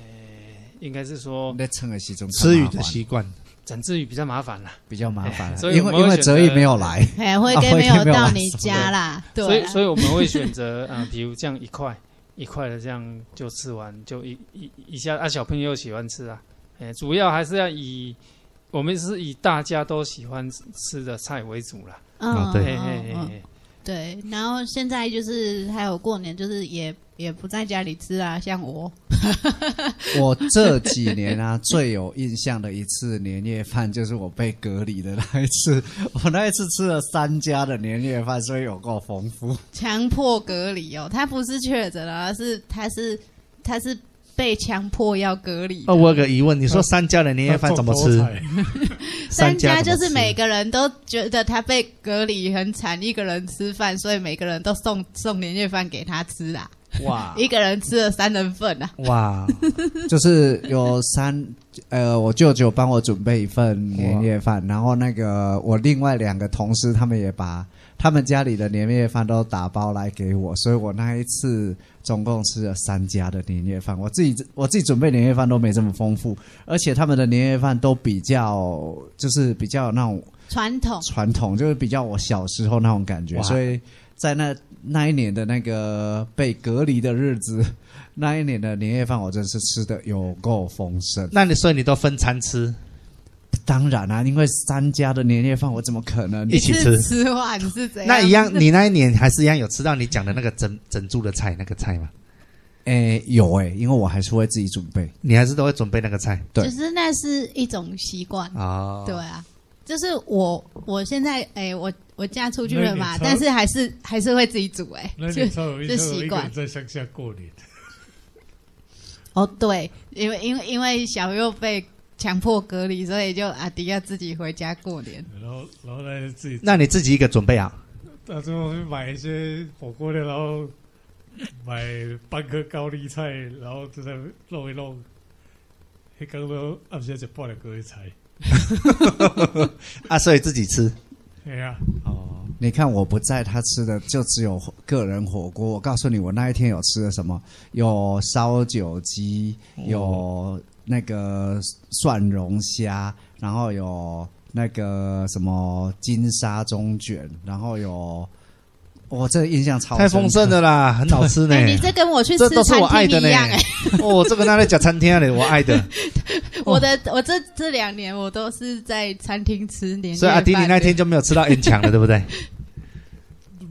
Speaker 1: 应该是说
Speaker 3: 在蹭的其中
Speaker 8: 吃鱼的习惯。
Speaker 1: 整只鱼比较麻烦啦、
Speaker 3: 比较麻烦，啊
Speaker 1: 所以
Speaker 3: 因
Speaker 1: 我
Speaker 3: 为
Speaker 1: 们会
Speaker 3: 因为
Speaker 1: 选
Speaker 3: 哲
Speaker 1: 择
Speaker 3: 毅没有来，
Speaker 7: 哎，会
Speaker 3: 啊
Speaker 7: 跟
Speaker 3: 会
Speaker 7: 没
Speaker 3: 跟
Speaker 7: 有
Speaker 3: 没有
Speaker 7: 到
Speaker 3: 来
Speaker 7: 你家啦，对啊，
Speaker 1: 所以所以我们会选择 (laughs) 啊、呃比如这样一块一块的这样就吃完，就一一一下啊，小朋友喜欢吃啊，诶、主要还是要以我们是以大家都喜欢吃吃的菜为主啦，
Speaker 7: 嗯，
Speaker 8: 啊对
Speaker 1: 嘿
Speaker 7: 嗯
Speaker 1: 嘿嘿
Speaker 7: 嗯
Speaker 1: 嘿
Speaker 7: 对，然后现在就是还有过年，就是也也不在家里吃啊，像我，
Speaker 3: (laughs) 我这几年啊最有印象的一次年夜饭就是我被隔离的那一次， (laughs) 我那一次吃了三家的年夜饭，所以有够丰富。 (laughs)
Speaker 7: 强迫隔离哦，他不是确诊啊，而是他是他是被强迫要隔离的。
Speaker 8: 哦，我有个疑问，你说三家的年夜饭怎么吃？
Speaker 7: (laughs) 三家
Speaker 8: 家
Speaker 7: 就是每
Speaker 8: 个
Speaker 7: 个人都觉得他被隔离很惨，一个人吃饭，所以每个人都送送年夜饭给他吃啦，
Speaker 8: 啊
Speaker 3: 哇
Speaker 7: 一个人吃了三人份啊。
Speaker 8: 哇，
Speaker 3: 就是有三，呃，我舅舅帮我准备一份年夜饭，然后那个我另外两个同事他们也把他们家里的年夜饭都打包来给我，所以我那一次总共吃了三家的年夜饭，我自己我自己准备年夜饭都没这么丰富，而且他们的年夜饭都比较就是比较有那种
Speaker 7: 传统
Speaker 3: 传统，就是比较我小时候那种感觉，
Speaker 8: 哦哇
Speaker 3: 所以在那那一年的那个被隔离的日子， (laughs) 那一年的年夜饭我真是吃的有够丰盛。
Speaker 8: 那你所以你都分餐吃，
Speaker 3: 当然啦、因为三家的年夜饭我怎么可能
Speaker 8: 一起吃
Speaker 7: 次吃完是怎样？
Speaker 8: 那一样， (laughs) 你那一年还是一样有吃到你讲的那个整整株的菜那个菜吗？
Speaker 3: 诶有诶，因为我还是会自己准备。
Speaker 8: 你还是都会准备那个菜
Speaker 3: 对
Speaker 7: 只是那是一种习惯，
Speaker 8: 哦
Speaker 7: 对啊，就是我我现在哎、我我嫁出去了嘛，
Speaker 5: 那你超
Speaker 7: 但是还是还是会自己煮哎、
Speaker 5: 那
Speaker 7: 就
Speaker 5: 你超有印
Speaker 7: 就
Speaker 5: 象，
Speaker 7: 习
Speaker 5: 一个
Speaker 7: 惯
Speaker 5: 人在乡下过年，
Speaker 7: 哦对，因为因为因为小右被强迫隔离，所以就阿迪要自己回家过年。
Speaker 5: 然后然后呢自己
Speaker 8: 那你自己一个准备啊？
Speaker 5: 到最后去买一些火锅料，然后买半颗高丽菜，然后就在那弄一弄。迄刚都暗时就半两个月菜，
Speaker 8: 啊，所以自己吃。
Speaker 5: 哎呀、
Speaker 8: 哦，
Speaker 3: 你看我不在，他吃的就只有个人火锅。我告诉你，我那一天有吃的什么？有烧酒鸡，
Speaker 8: 嗯
Speaker 3: 有那个蒜蓉虾，然后有那个什么金沙中卷，然后有我、这印象超
Speaker 8: 太丰盛
Speaker 3: 了。
Speaker 8: 了啦，很好吃呢
Speaker 7: 哎、。你这跟我去吃
Speaker 8: 这都是我爱
Speaker 7: 餐
Speaker 8: 的
Speaker 7: 厅
Speaker 8: 呢
Speaker 7: 一样哎、。
Speaker 8: 哦，这个拿来讲餐厅的，我爱
Speaker 7: (laughs)
Speaker 8: 的。
Speaker 7: 我
Speaker 8: 哦
Speaker 7: 的我这这两年我都是在餐厅吃年夜饭，
Speaker 8: 所以阿迪你那天就没有吃到烟肠了，对不
Speaker 7: (laughs)
Speaker 8: 对？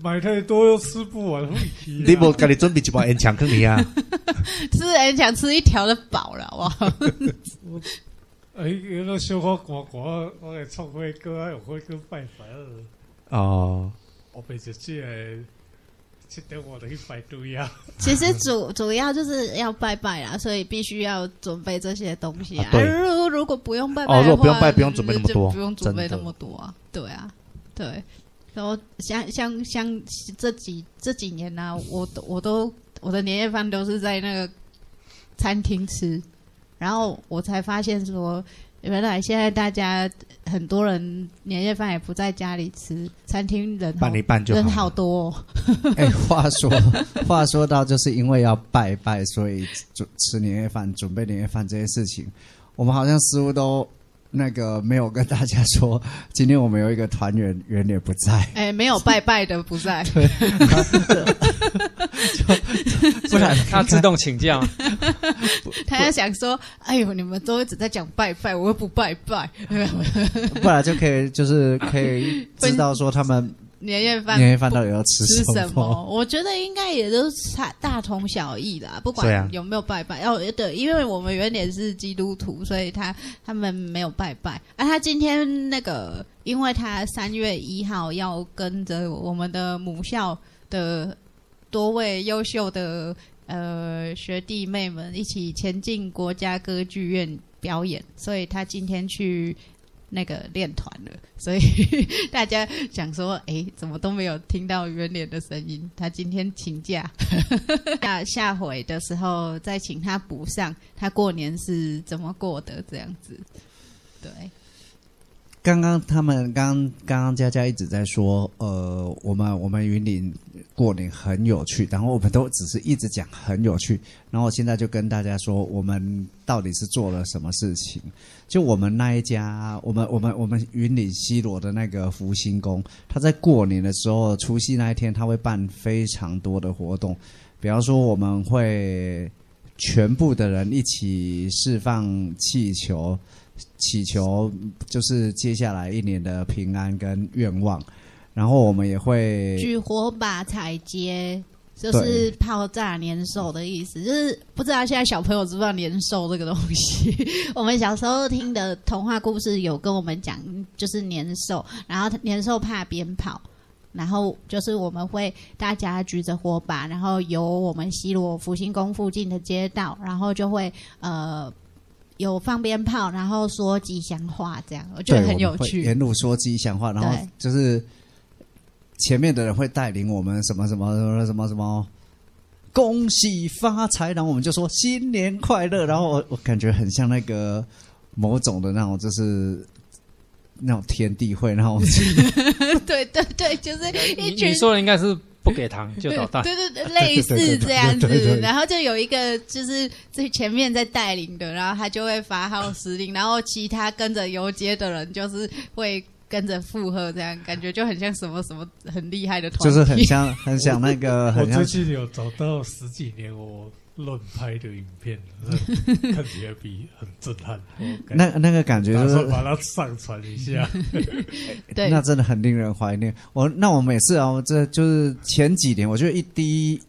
Speaker 5: 买太多又吃不完，你
Speaker 8: 你无给你准备一包烟肠给你啊？
Speaker 7: 吃很想吃一条的饱了哇！
Speaker 5: 哎，迄个小可寒寒，我会创火锅，还有火锅拜拜了。
Speaker 8: 哦，
Speaker 5: 我被就起来，七点我就去排队啊。
Speaker 7: 其实主主要就是要拜拜啦，所以必须要准备这些东西啊。
Speaker 8: 啊对
Speaker 7: 如如果不用拜拜
Speaker 8: 哦
Speaker 7: 的话，
Speaker 8: 如果不用拜
Speaker 7: 就
Speaker 8: 不用准备那么
Speaker 7: 就
Speaker 8: 多
Speaker 7: 不用准备那
Speaker 8: 真的
Speaker 7: 么多啊。对啊，对。然后像像像这几这几年呢、我都我都我的年夜饭都是在那个餐厅吃，然后我才发现说，原来现在大家很多人年夜饭也不在家里吃，餐厅人好
Speaker 8: 拌一拌就
Speaker 7: 人
Speaker 8: 好
Speaker 7: 好
Speaker 8: 了。
Speaker 7: 多、哦。
Speaker 3: (laughs) 哎、话说话说到，就是因为要拜拜，所以准吃年夜饭、准备年夜饭这些事情，我们好像似乎都那个没有跟大家说，今天我们有一个团员员也不在，
Speaker 7: 哎，没有拜拜的不在。
Speaker 3: 不
Speaker 7: (laughs)
Speaker 3: 然
Speaker 1: 他自动请假，
Speaker 7: 他要想说：“哎呦，你们都一直在讲拜拜，我又不拜拜。
Speaker 3: (laughs) 不然就可以就是可以知道说他们
Speaker 7: 年夜饭
Speaker 3: 年夜饭到底要吃
Speaker 7: 吃
Speaker 3: 什
Speaker 7: 什么？我觉得应该也都差大同小异啦，不
Speaker 8: 对
Speaker 7: 管
Speaker 8: 啊
Speaker 7: 有没有拜拜。哦，对，因为我们原点是基督徒，所以他他们没有拜拜。啊，他今天那个，因为他三月一号要跟着我们的母校的多位优秀的呃学弟妹们一起前进国家歌剧院表演，所以他今天去那个练团了，所以 (laughs) 大家 (laughs) 想说，诶，怎么都没有听到圆脸的声音？他今天请假，下下回的时候再请他补上，他过年是怎么过的这样子。对，
Speaker 3: 刚刚他们刚刚刚佳佳一直在说，呃，我们我们云林过年很有趣，然后我们都只是一直讲很有趣，然后我现在就跟大家说，我们到底是做了什么事情？就我们那一家，我们我们我们云林西罗的那个福星宫，他在过年的时候，除夕那一天，他会办非常多的活动，比方说我们会全部的人一起释放气球。祈求就是接下来一年的平安跟愿望，然后我们也会
Speaker 7: 举火把彩节就
Speaker 3: 对
Speaker 7: 是泡炸年兽的意思，就是不知道现在小朋友知不知道年兽这个东西。 (laughs) 我们小时候听的童话故事有跟我们讲，就是年兽，然后年兽怕鞭炮。然后就是我们会大家举着火把，然后游我们西罗福星宫附近的街道，然后就会呃有放鞭炮，然后说吉祥话，这样我觉
Speaker 3: 对
Speaker 7: 得很
Speaker 3: 我
Speaker 7: 有
Speaker 3: 们会
Speaker 7: 趣。
Speaker 3: 沿路说吉祥话，然后
Speaker 7: 对
Speaker 3: 就是前面的人会带领我们什么什么什么什么什么。恭喜发财，然后我们就说新年快乐。然后我我感觉很像那个某种的那种，就是那种天地会，然后
Speaker 7: (laughs) 对对对，就是
Speaker 1: 你
Speaker 7: 一
Speaker 1: 你
Speaker 7: 群
Speaker 1: 说的应该是不给糖就捣蛋，
Speaker 7: 对
Speaker 3: (laughs)
Speaker 7: 对对，类似这样子。然后就有一个就是最前面在带领的，然后他就会发号施令，然后其他跟着游街的人就是会跟着附和，这样感觉就很像什么什么很厉害的 (laughs) 团体，
Speaker 3: 就是很像很像那
Speaker 7: (laughs)
Speaker 3: 个
Speaker 5: 我
Speaker 3: 很像
Speaker 5: 最近有找到十几年我乱拍的影片，看起来比很震撼。我感
Speaker 3: 那那个感觉，
Speaker 5: 打
Speaker 3: 就
Speaker 5: 算
Speaker 3: 是
Speaker 5: 把它上传一下。
Speaker 7: 对
Speaker 3: 那真的很令人怀念。我那我每次啊，我这就是前几年，我觉得一第一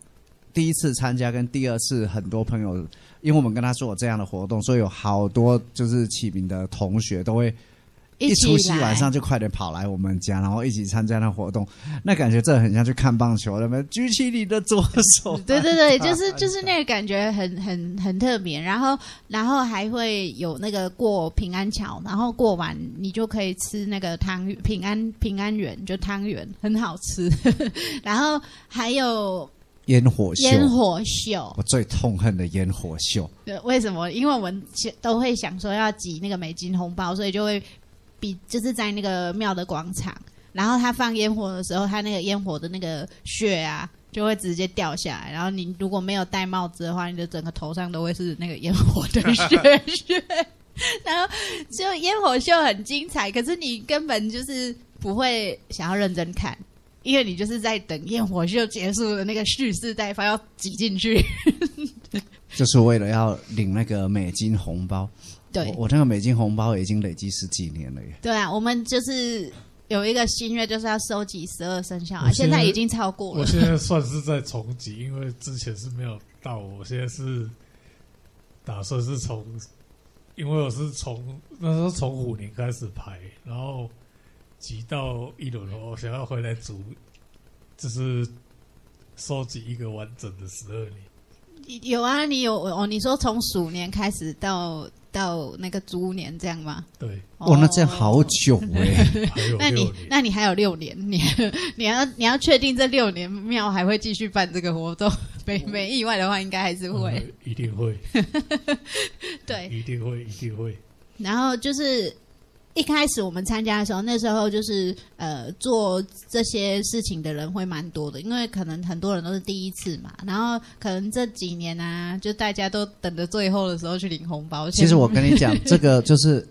Speaker 3: 第一次参加跟第二次，很多朋友，因为我们跟他说有这样的活动，所以有好多就是启明的同学都会。
Speaker 7: 一
Speaker 3: 一
Speaker 7: 起
Speaker 3: 除夕
Speaker 7: 来
Speaker 3: 晚上就快点跑来我们家，然后一起参加那活动，
Speaker 7: 嗯
Speaker 3: 那感觉真的很像去看棒球，那么举起你的左手，
Speaker 7: (laughs) 对对对，就是就是那个感觉很很很特别，然后然后还会有那个过平安桥，然后过完你就可以吃那个汤圆平安平安圆，就汤圆很好吃， (laughs) 然后还有
Speaker 3: 烟火秀，
Speaker 7: 烟火秀，
Speaker 3: (laughs) 我最痛恨的烟火秀，
Speaker 7: 对，为什么？因为我们其都会想说要集那个美金红包，所以就会比就是在那个庙的广场，然后他放烟火的时候，他那个烟火的那个血啊，就会直接掉下来。然后你如果没有戴帽子的话，你的整个头上都会是那个烟火的血血。然后就烟火秀很精彩，可是你根本就是不会想要认真看，因为你就是在等烟火秀结束的那个蓄势待发，要挤进去。
Speaker 3: 就是为了要领那个美金红包。
Speaker 7: 对，
Speaker 3: 我我那个美金红包已经累积十几年了耶。
Speaker 7: 对啊，我们就是有一个心愿，就是要收集十二生肖、
Speaker 5: 我
Speaker 7: 啊，
Speaker 5: 现
Speaker 7: 现
Speaker 5: 在
Speaker 7: 在已经超过
Speaker 5: 我
Speaker 7: 了。
Speaker 5: 现在算是在重集，因为之前是没有到，我现在是打算是从，因为我是从那时候从虎年开始排，然后集到一轮后，我想要回来组，就是收集一个完整的十二年。
Speaker 7: 有啊，你有哦？你说从鼠年开始到到那个猪年这样吗？ (laughs)
Speaker 5: 对，
Speaker 3: 哦，那这样好久哎，
Speaker 5: 还有
Speaker 7: 那
Speaker 5: 六
Speaker 7: 你
Speaker 5: 年，
Speaker 7: 那你还有六年， (laughs) 你你要你要确定这六年庙还会继续办这个活动，没没意外的话，应该还是会、
Speaker 5: 嗯一定会，
Speaker 7: (laughs)
Speaker 5: 嗯
Speaker 7: 对。
Speaker 5: 一定会，一定会。
Speaker 7: 然后就是一开始我们参加的时候，那时候就是呃做这些事情的人会蛮多的，因为可能很多人都是第一次嘛，然后可能这几年啊，就大家都等着最后的时候去领红包。
Speaker 3: 其实我跟你讲，这个就是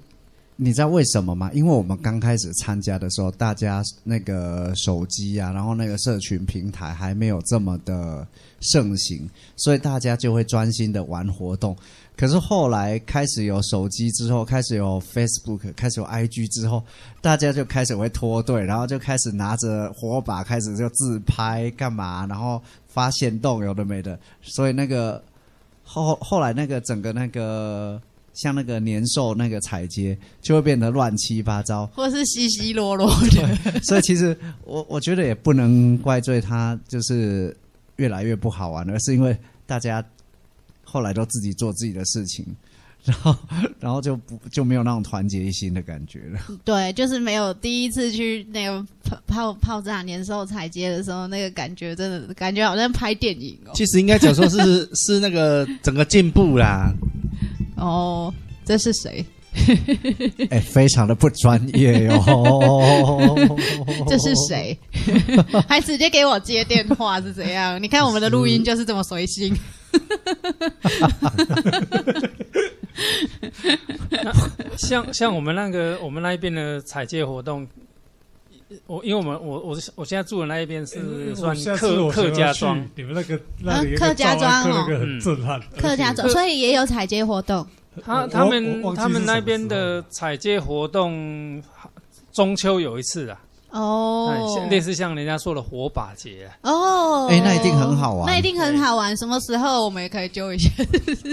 Speaker 3: 你知道为什么吗？因为我们刚开始参加的时候，大家那个手机啊，然后那个社群平台还没有这么的盛行，所以大家就会专心的玩活动。可是后来开始有手机之后，开始有 Facebook，开始有 IG 之后，大家就开始会脱队，然后就开始拿着火把开始就自拍干嘛，然后发现动有的没的，所以那个后后来那个整个那个像那个年兽那个彩街就会变得乱七八糟， (laughs)
Speaker 7: 或是稀稀落落的，
Speaker 3: 所以其实我我觉得也不能怪罪他，就是越来越不好玩，而是因为大家后来都自己做自己的事情， (laughs) 然后然后就不就没有那种团结一心的感觉了。
Speaker 7: (laughs) 对，就是没有第一次去那个泡泡泡炸年兽彩街的时候，那个感觉真的感觉好像拍电影哦。
Speaker 8: 其实应该讲说是 (laughs) 是那个整个进步啦，
Speaker 7: 哦，这是谁？
Speaker 3: 哎、非常的不专业哟、
Speaker 1: 哦
Speaker 7: 这是
Speaker 1: (laughs)
Speaker 7: 谁？还直接给我接电话是怎样？你看我们的录音就是这么
Speaker 1: (laughs)
Speaker 7: 随性。
Speaker 1: 像像我们那个我们那一边的采借活动，我因为我们我我我现在住的那一边是算
Speaker 5: 下次
Speaker 1: 客
Speaker 5: 我想
Speaker 1: 客
Speaker 5: 要
Speaker 1: 家
Speaker 5: 去
Speaker 1: 庄，
Speaker 5: 你们那个那里有一个
Speaker 7: 啊客家庄哦
Speaker 5: 照安客那个很震撼，
Speaker 7: 客家
Speaker 1: 而且呃
Speaker 7: 庄，所以也有采街活动。
Speaker 1: 他
Speaker 5: 我
Speaker 1: 他
Speaker 5: 我
Speaker 1: 们
Speaker 5: 忘记
Speaker 1: 他们
Speaker 5: 是什
Speaker 1: 那
Speaker 5: 么时
Speaker 1: 边
Speaker 5: 候
Speaker 1: 的采借活动，中秋有一次啊，哎
Speaker 7: 哦
Speaker 1: 像类似像人家说的火把节啊、
Speaker 7: 哦，
Speaker 3: 哎那一定很好玩
Speaker 7: 那一定很好玩。什么时候我们也可以揪一下？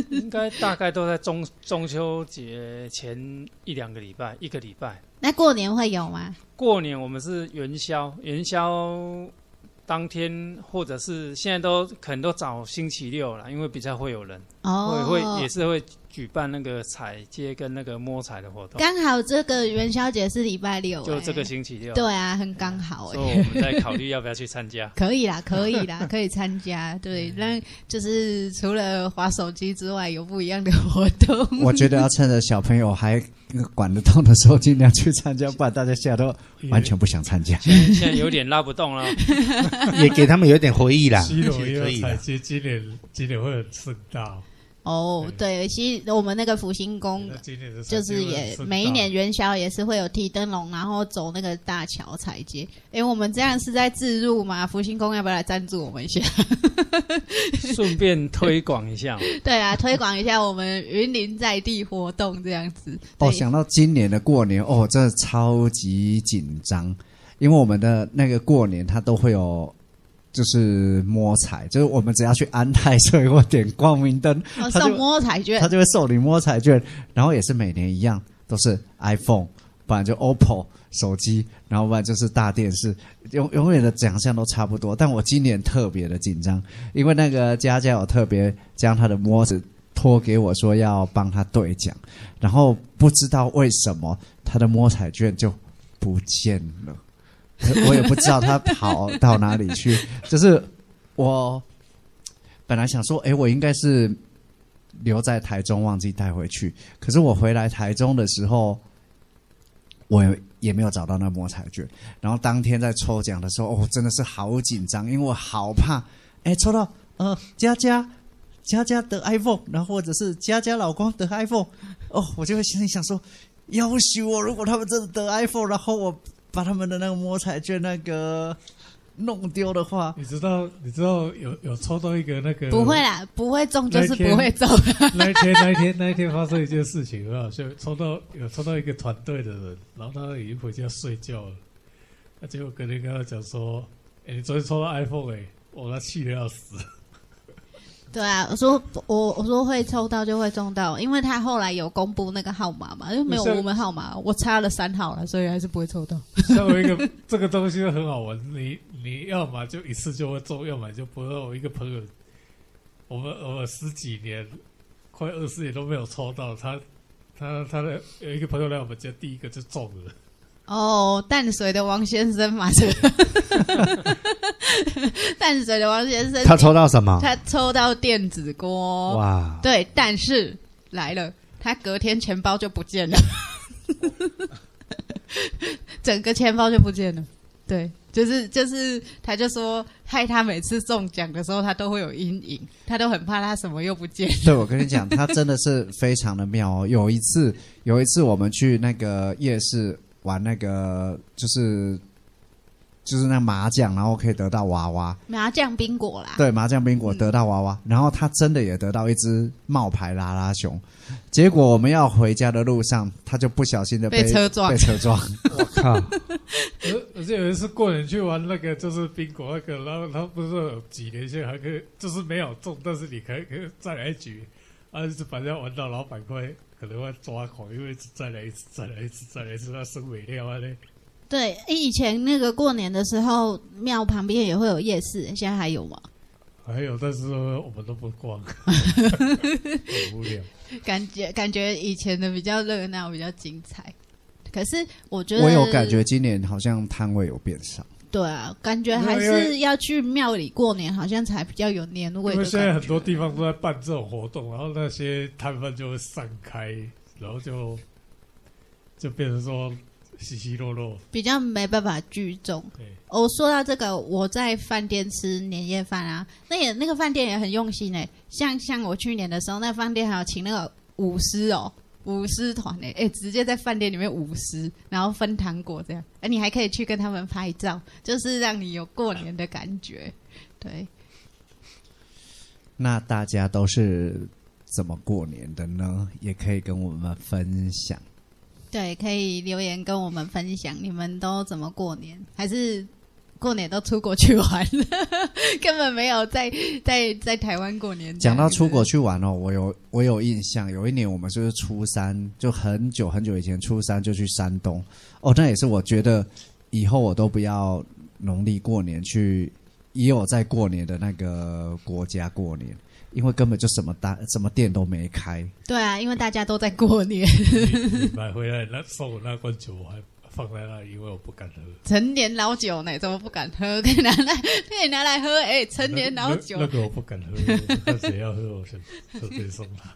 Speaker 1: 应该大概都在中 (laughs) 中秋节前一两个礼拜，一个礼拜。
Speaker 7: 那过年会有吗？
Speaker 1: 过年我们是元宵，元宵当天或者是现在都可能都找星期六了，因为比较会有人，
Speaker 7: 哦，
Speaker 1: 会会也是会举办那个彩街跟那个摸彩的活动，
Speaker 7: 刚好这个元宵节是礼拜六，
Speaker 1: 就
Speaker 7: 哎
Speaker 1: 这个星期六。
Speaker 7: 对啊，很刚好
Speaker 1: 所以
Speaker 7: 哎。。
Speaker 1: 我们在考虑要不要去参加
Speaker 7: (laughs) 可以啦，可以啦， (laughs) 可以参加。
Speaker 1: 嗯
Speaker 7: 对，那就是除了划手机之外，有不一样的活动。
Speaker 3: 我觉得要趁着小朋友还管得动的时候，尽量去参加，不然大家现在都完全不想参加。
Speaker 1: 现 (laughs) 在现在有点拉不 (laughs) 动了，
Speaker 8: 也给他们有一点回忆
Speaker 5: (laughs)
Speaker 8: 啦，
Speaker 5: 西楼也
Speaker 8: 可
Speaker 5: 有
Speaker 8: 以
Speaker 5: 彩
Speaker 8: 啦。
Speaker 5: 街，今年今年会很盛大哦，
Speaker 7: 哦，对，其实我们那个福星宫
Speaker 5: 那今年的彩街
Speaker 7: 嗯就是
Speaker 5: 会很
Speaker 7: 也
Speaker 5: 盛大
Speaker 7: 每一年元宵也是会有提灯笼，然后走那个大桥彩街。诶，我们这样是在自入吗？福星宫要不要来赞助我们一下？ (laughs)
Speaker 1: 顺便推广一下。
Speaker 7: 对啊，推广一下我们云林在地活动这样子。
Speaker 3: 哦，
Speaker 7: 对
Speaker 3: 想到今年的过年，哦，真的超级紧张，因为我们的那个过年它都会有。就是摸彩，就是我们只要去安泰所以我点光明灯，他
Speaker 7: 哦
Speaker 3: 就
Speaker 7: 送摸彩券
Speaker 3: 他，就会送你摸彩券，然后也是每年一样，都是 iPhone，不然就 OPPO 手机，然后不然就是大电视，永永远的奖项都差不多。但我今年特别的紧张，因为那个佳佳有特别将她的摸子托给我说要帮她兑奖，然后不知道为什么她的摸彩券就不见了，我也不知道她跑到哪里去， (laughs) 就是我。本来想说，哎，我应该是留在台中，忘记带回去。可是我回来台中的时候，我也没有找到那摸彩券。然后当天在抽奖的时候，哦，真的是好紧张，因为我好怕，哎，抽到呃佳佳佳佳的 iPhone，然后或者是佳佳老公的 iPhone，哦，我就会心里想说，要许我，如果他们真的得 iPhone，然后我把他们的那个摸彩券那个弄丢的话，
Speaker 5: 你知道，你知道有有抽到一个那个
Speaker 7: 不会啊啦，不会中就是不会中。
Speaker 5: (laughs) 那一天，那一天，那一天发生一件事情，很好笑。抽到有抽到一个团队的人，然后他已经回家睡觉了。那结果隔天跟他讲说：“哎、你昨天抽到 iPhone 哎、我他气得要死。
Speaker 7: (laughs) 对啊，我说我我说会抽到就会中到，因为他后来有公布那个号码嘛，就没有
Speaker 5: 不是
Speaker 7: 我们号码，我差了三号了，所以还是不会抽到。”
Speaker 5: 像我一个 (laughs) 这个东西很好玩，你你要么就一次就会中，要么就不会。我一个朋友，我们我们十几年，快二十年都没有抽到，他他他的有一个朋友来我们家，第一个就中了。
Speaker 7: 哦，淡水的王先生嘛，这个淡水的王先生，
Speaker 8: 他抽到什么？
Speaker 7: 他抽到电子锅，
Speaker 8: 哇！
Speaker 7: 对，但是来了，他隔天钱包就不见了， (laughs) 整个钱包就不见了。对，就是就是，他就说害他每次中奖的时候，他都会有阴影，他都很怕他什么又不见。
Speaker 3: 对，我跟你讲，他真的是非常的妙哦。有一次，有一次我们去那个夜市玩那个，就是就是那麻将，然后可以得到娃娃。
Speaker 7: 麻酱冰果啦，
Speaker 3: 对，麻将宾果得到娃娃，然后他真的也得到一只冒牌拉拉熊。结果我们要回家的路上，他就不小心的
Speaker 7: 被车撞
Speaker 3: 被车撞。
Speaker 8: 我靠！
Speaker 5: 而而且有一次过年去玩那个就是宾果那个，然后他不是有几连线还可以，就是没有中，但是你可以可以再来一局，啊，就是反正玩到老板会可能会抓狂，因为一直再来一次，再来一次，再来一次，那生尾料啊嘞。
Speaker 7: 对，诶以前那个过年的时候，庙旁边也会有夜市，现在还有吗？
Speaker 5: 还有，但是我们都不
Speaker 3: (laughs)
Speaker 5: 逛，很无聊。
Speaker 7: 感觉感觉以前的比较热闹，比较精彩。可是我觉得
Speaker 3: 我有感觉，今年好像摊位有变少。
Speaker 7: 对啊，感觉还
Speaker 5: 因为因
Speaker 7: 是要去庙里过年，好像才比较有年味
Speaker 5: 因
Speaker 7: 的
Speaker 5: 为
Speaker 7: 感觉。
Speaker 5: 现在很多地方都在办这种活动，然后那些摊贩就会散开，然后就就变成说稀稀落落。
Speaker 7: 比较没办法聚众。
Speaker 5: 对，
Speaker 7: 哦，说到这个，我在饭店吃年夜饭啊，那也那个饭店也很用心诶、像像我去年的时候，那饭店还有请那个舞狮哦，舞狮团诶、诶、直接在饭店里面舞狮，然后分糖果这样，哎、你还可以去跟他们拍照，就是让你有过年的感觉。对，
Speaker 3: 那大家都是怎么过年的呢？也可以跟我们分享。
Speaker 7: 对，可以留言跟我们分享你们都怎么过年，还是过年都出国去玩， (laughs) 根本没有在在在台湾过年。
Speaker 3: 讲到出国，去玩哦，我有我有印象，有一年我们就是初三，就很久很久以前，初三就去山东哦，那也是我觉得以后我都不要农历过年去，也有在过年的那个国家过年，因为根本就什么大什么店都没开，
Speaker 7: 对啊，因为大家都在过年，
Speaker 5: 你你买回来那送我那罐酒，我还放在那里，因为我不敢喝。
Speaker 7: 陈年老酒呢，怎么不敢喝？可以拿来，可以拿来喝。哎、陈年老酒
Speaker 5: 那，那个我不敢喝，我看谁要喝我就就直接送他。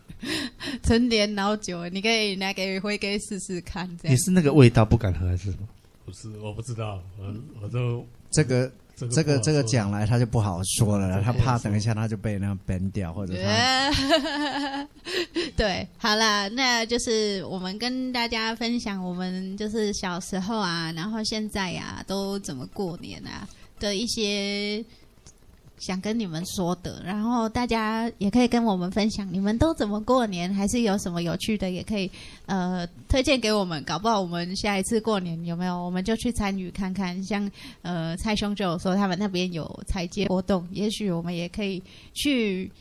Speaker 7: 陈年老酒，你可以拿给辉哥试试看，这
Speaker 8: 你
Speaker 7: 样。
Speaker 8: 是那个味道不敢喝还是什么？
Speaker 5: 不是，我不知道，我我都
Speaker 3: 这个
Speaker 5: 嗯这个
Speaker 3: 这个这
Speaker 5: 不好
Speaker 3: 个
Speaker 5: 说啊
Speaker 3: 讲来他就不好说了啦，
Speaker 5: 这
Speaker 3: 他
Speaker 5: 个不好
Speaker 3: 怕
Speaker 5: 说
Speaker 3: 等一下他就被那 ban 掉，或者他
Speaker 7: (laughs) 对，好啦，那就是我们跟大家分享我们就是小时候啊，然后现在呀、都怎么过年啊的一些想跟你们说的，然后大家也可以跟我们分享你们都怎么过年，还是有什么有趣的，也可以呃推荐给我们，搞不好我们下一次过年有没有，我们就去参与看看。像呃蔡兄就有说他们那边有彩街活动，也许我们也可以去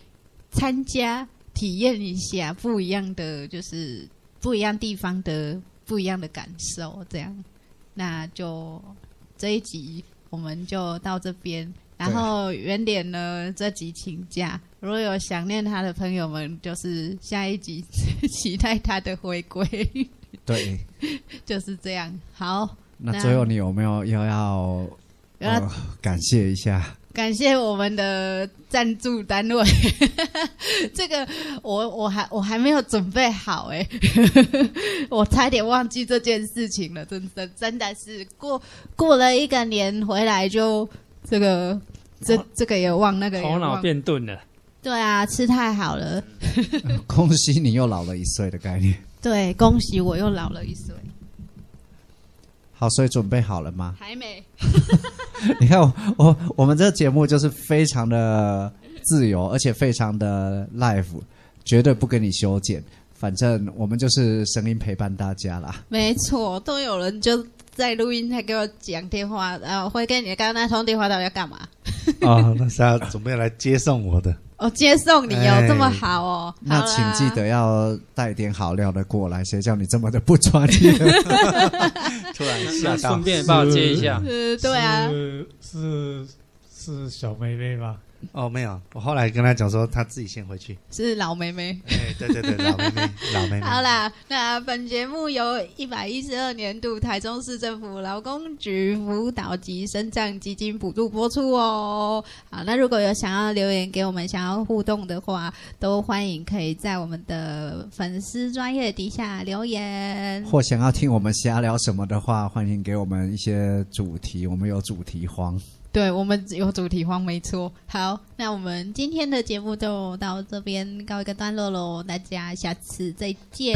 Speaker 7: 参加体验一下不一样的，就是不一样地方的不一样的感受。这样，那就这一集我们就到这边。然后圆脸呢，这集请假。如果有想念他的朋友们，就是下一集期待他的回归，
Speaker 3: 对，
Speaker 7: (laughs) 就是这样。好，
Speaker 3: 那
Speaker 7: 那
Speaker 3: 最后你有没有又要
Speaker 7: 然后
Speaker 3: 呃感谢一下？ (laughs)
Speaker 7: 感谢我们的赞助单位， (laughs) 这个我我还我还没有准备好哎、 (laughs) 我差点忘记这件事情了，真的真的是过过了一个年回来就这个这这个也忘那个也
Speaker 1: 头脑
Speaker 7: 忘，
Speaker 1: 变钝了。
Speaker 7: 对啊，吃太好了，
Speaker 3: 恭喜你又老了一岁的概念。
Speaker 7: 对，恭喜我又老了一岁，
Speaker 3: 好，所以准备好了吗？ (laughs)
Speaker 7: 还没
Speaker 3: 你看我我我们这个节目就是非常的自由，而且非常的 live，绝对不跟你修剪。反正我们就是声音陪伴大家啦。
Speaker 7: 没错，都有人就在录音台给我讲电话，然后会跟你刚刚那通电话到底要干嘛？
Speaker 8: 哦，那是要准备来接送我的。
Speaker 7: 哦，接送你哦，
Speaker 8: 哎
Speaker 7: 这么好哦。
Speaker 3: 哎那
Speaker 7: 好啦
Speaker 3: 请记得要带点好料的过来，谁叫你这么的不专业？
Speaker 8: 突然
Speaker 1: 那顺便帮我接一下，
Speaker 7: 呃，对啊，
Speaker 5: 是是是小妹妹吗？
Speaker 8: 哦，没有，我后来跟他讲说，他自己先回去。
Speaker 7: 是老妹妹。
Speaker 8: 哎，对对对，老妹妹，老
Speaker 3: 哎
Speaker 8: 妹妹。
Speaker 7: 好，啦，那本节目由一百一十二年度台中市政府劳工局辅导及生障基金补助播出哦。好，那如果有想要留言给我们、想要互动的话，都欢迎可以在我们的粉丝专业底下留言。
Speaker 3: 或想要听我们瞎聊什么的话，欢迎给我们一些主题，我们有主题荒。
Speaker 7: 对我们有主题荒，没错。好，那我们今天的节目就到这边告一个段落喽，大家下次再见，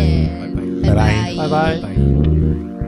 Speaker 8: 拜拜
Speaker 7: 拜
Speaker 1: 拜拜。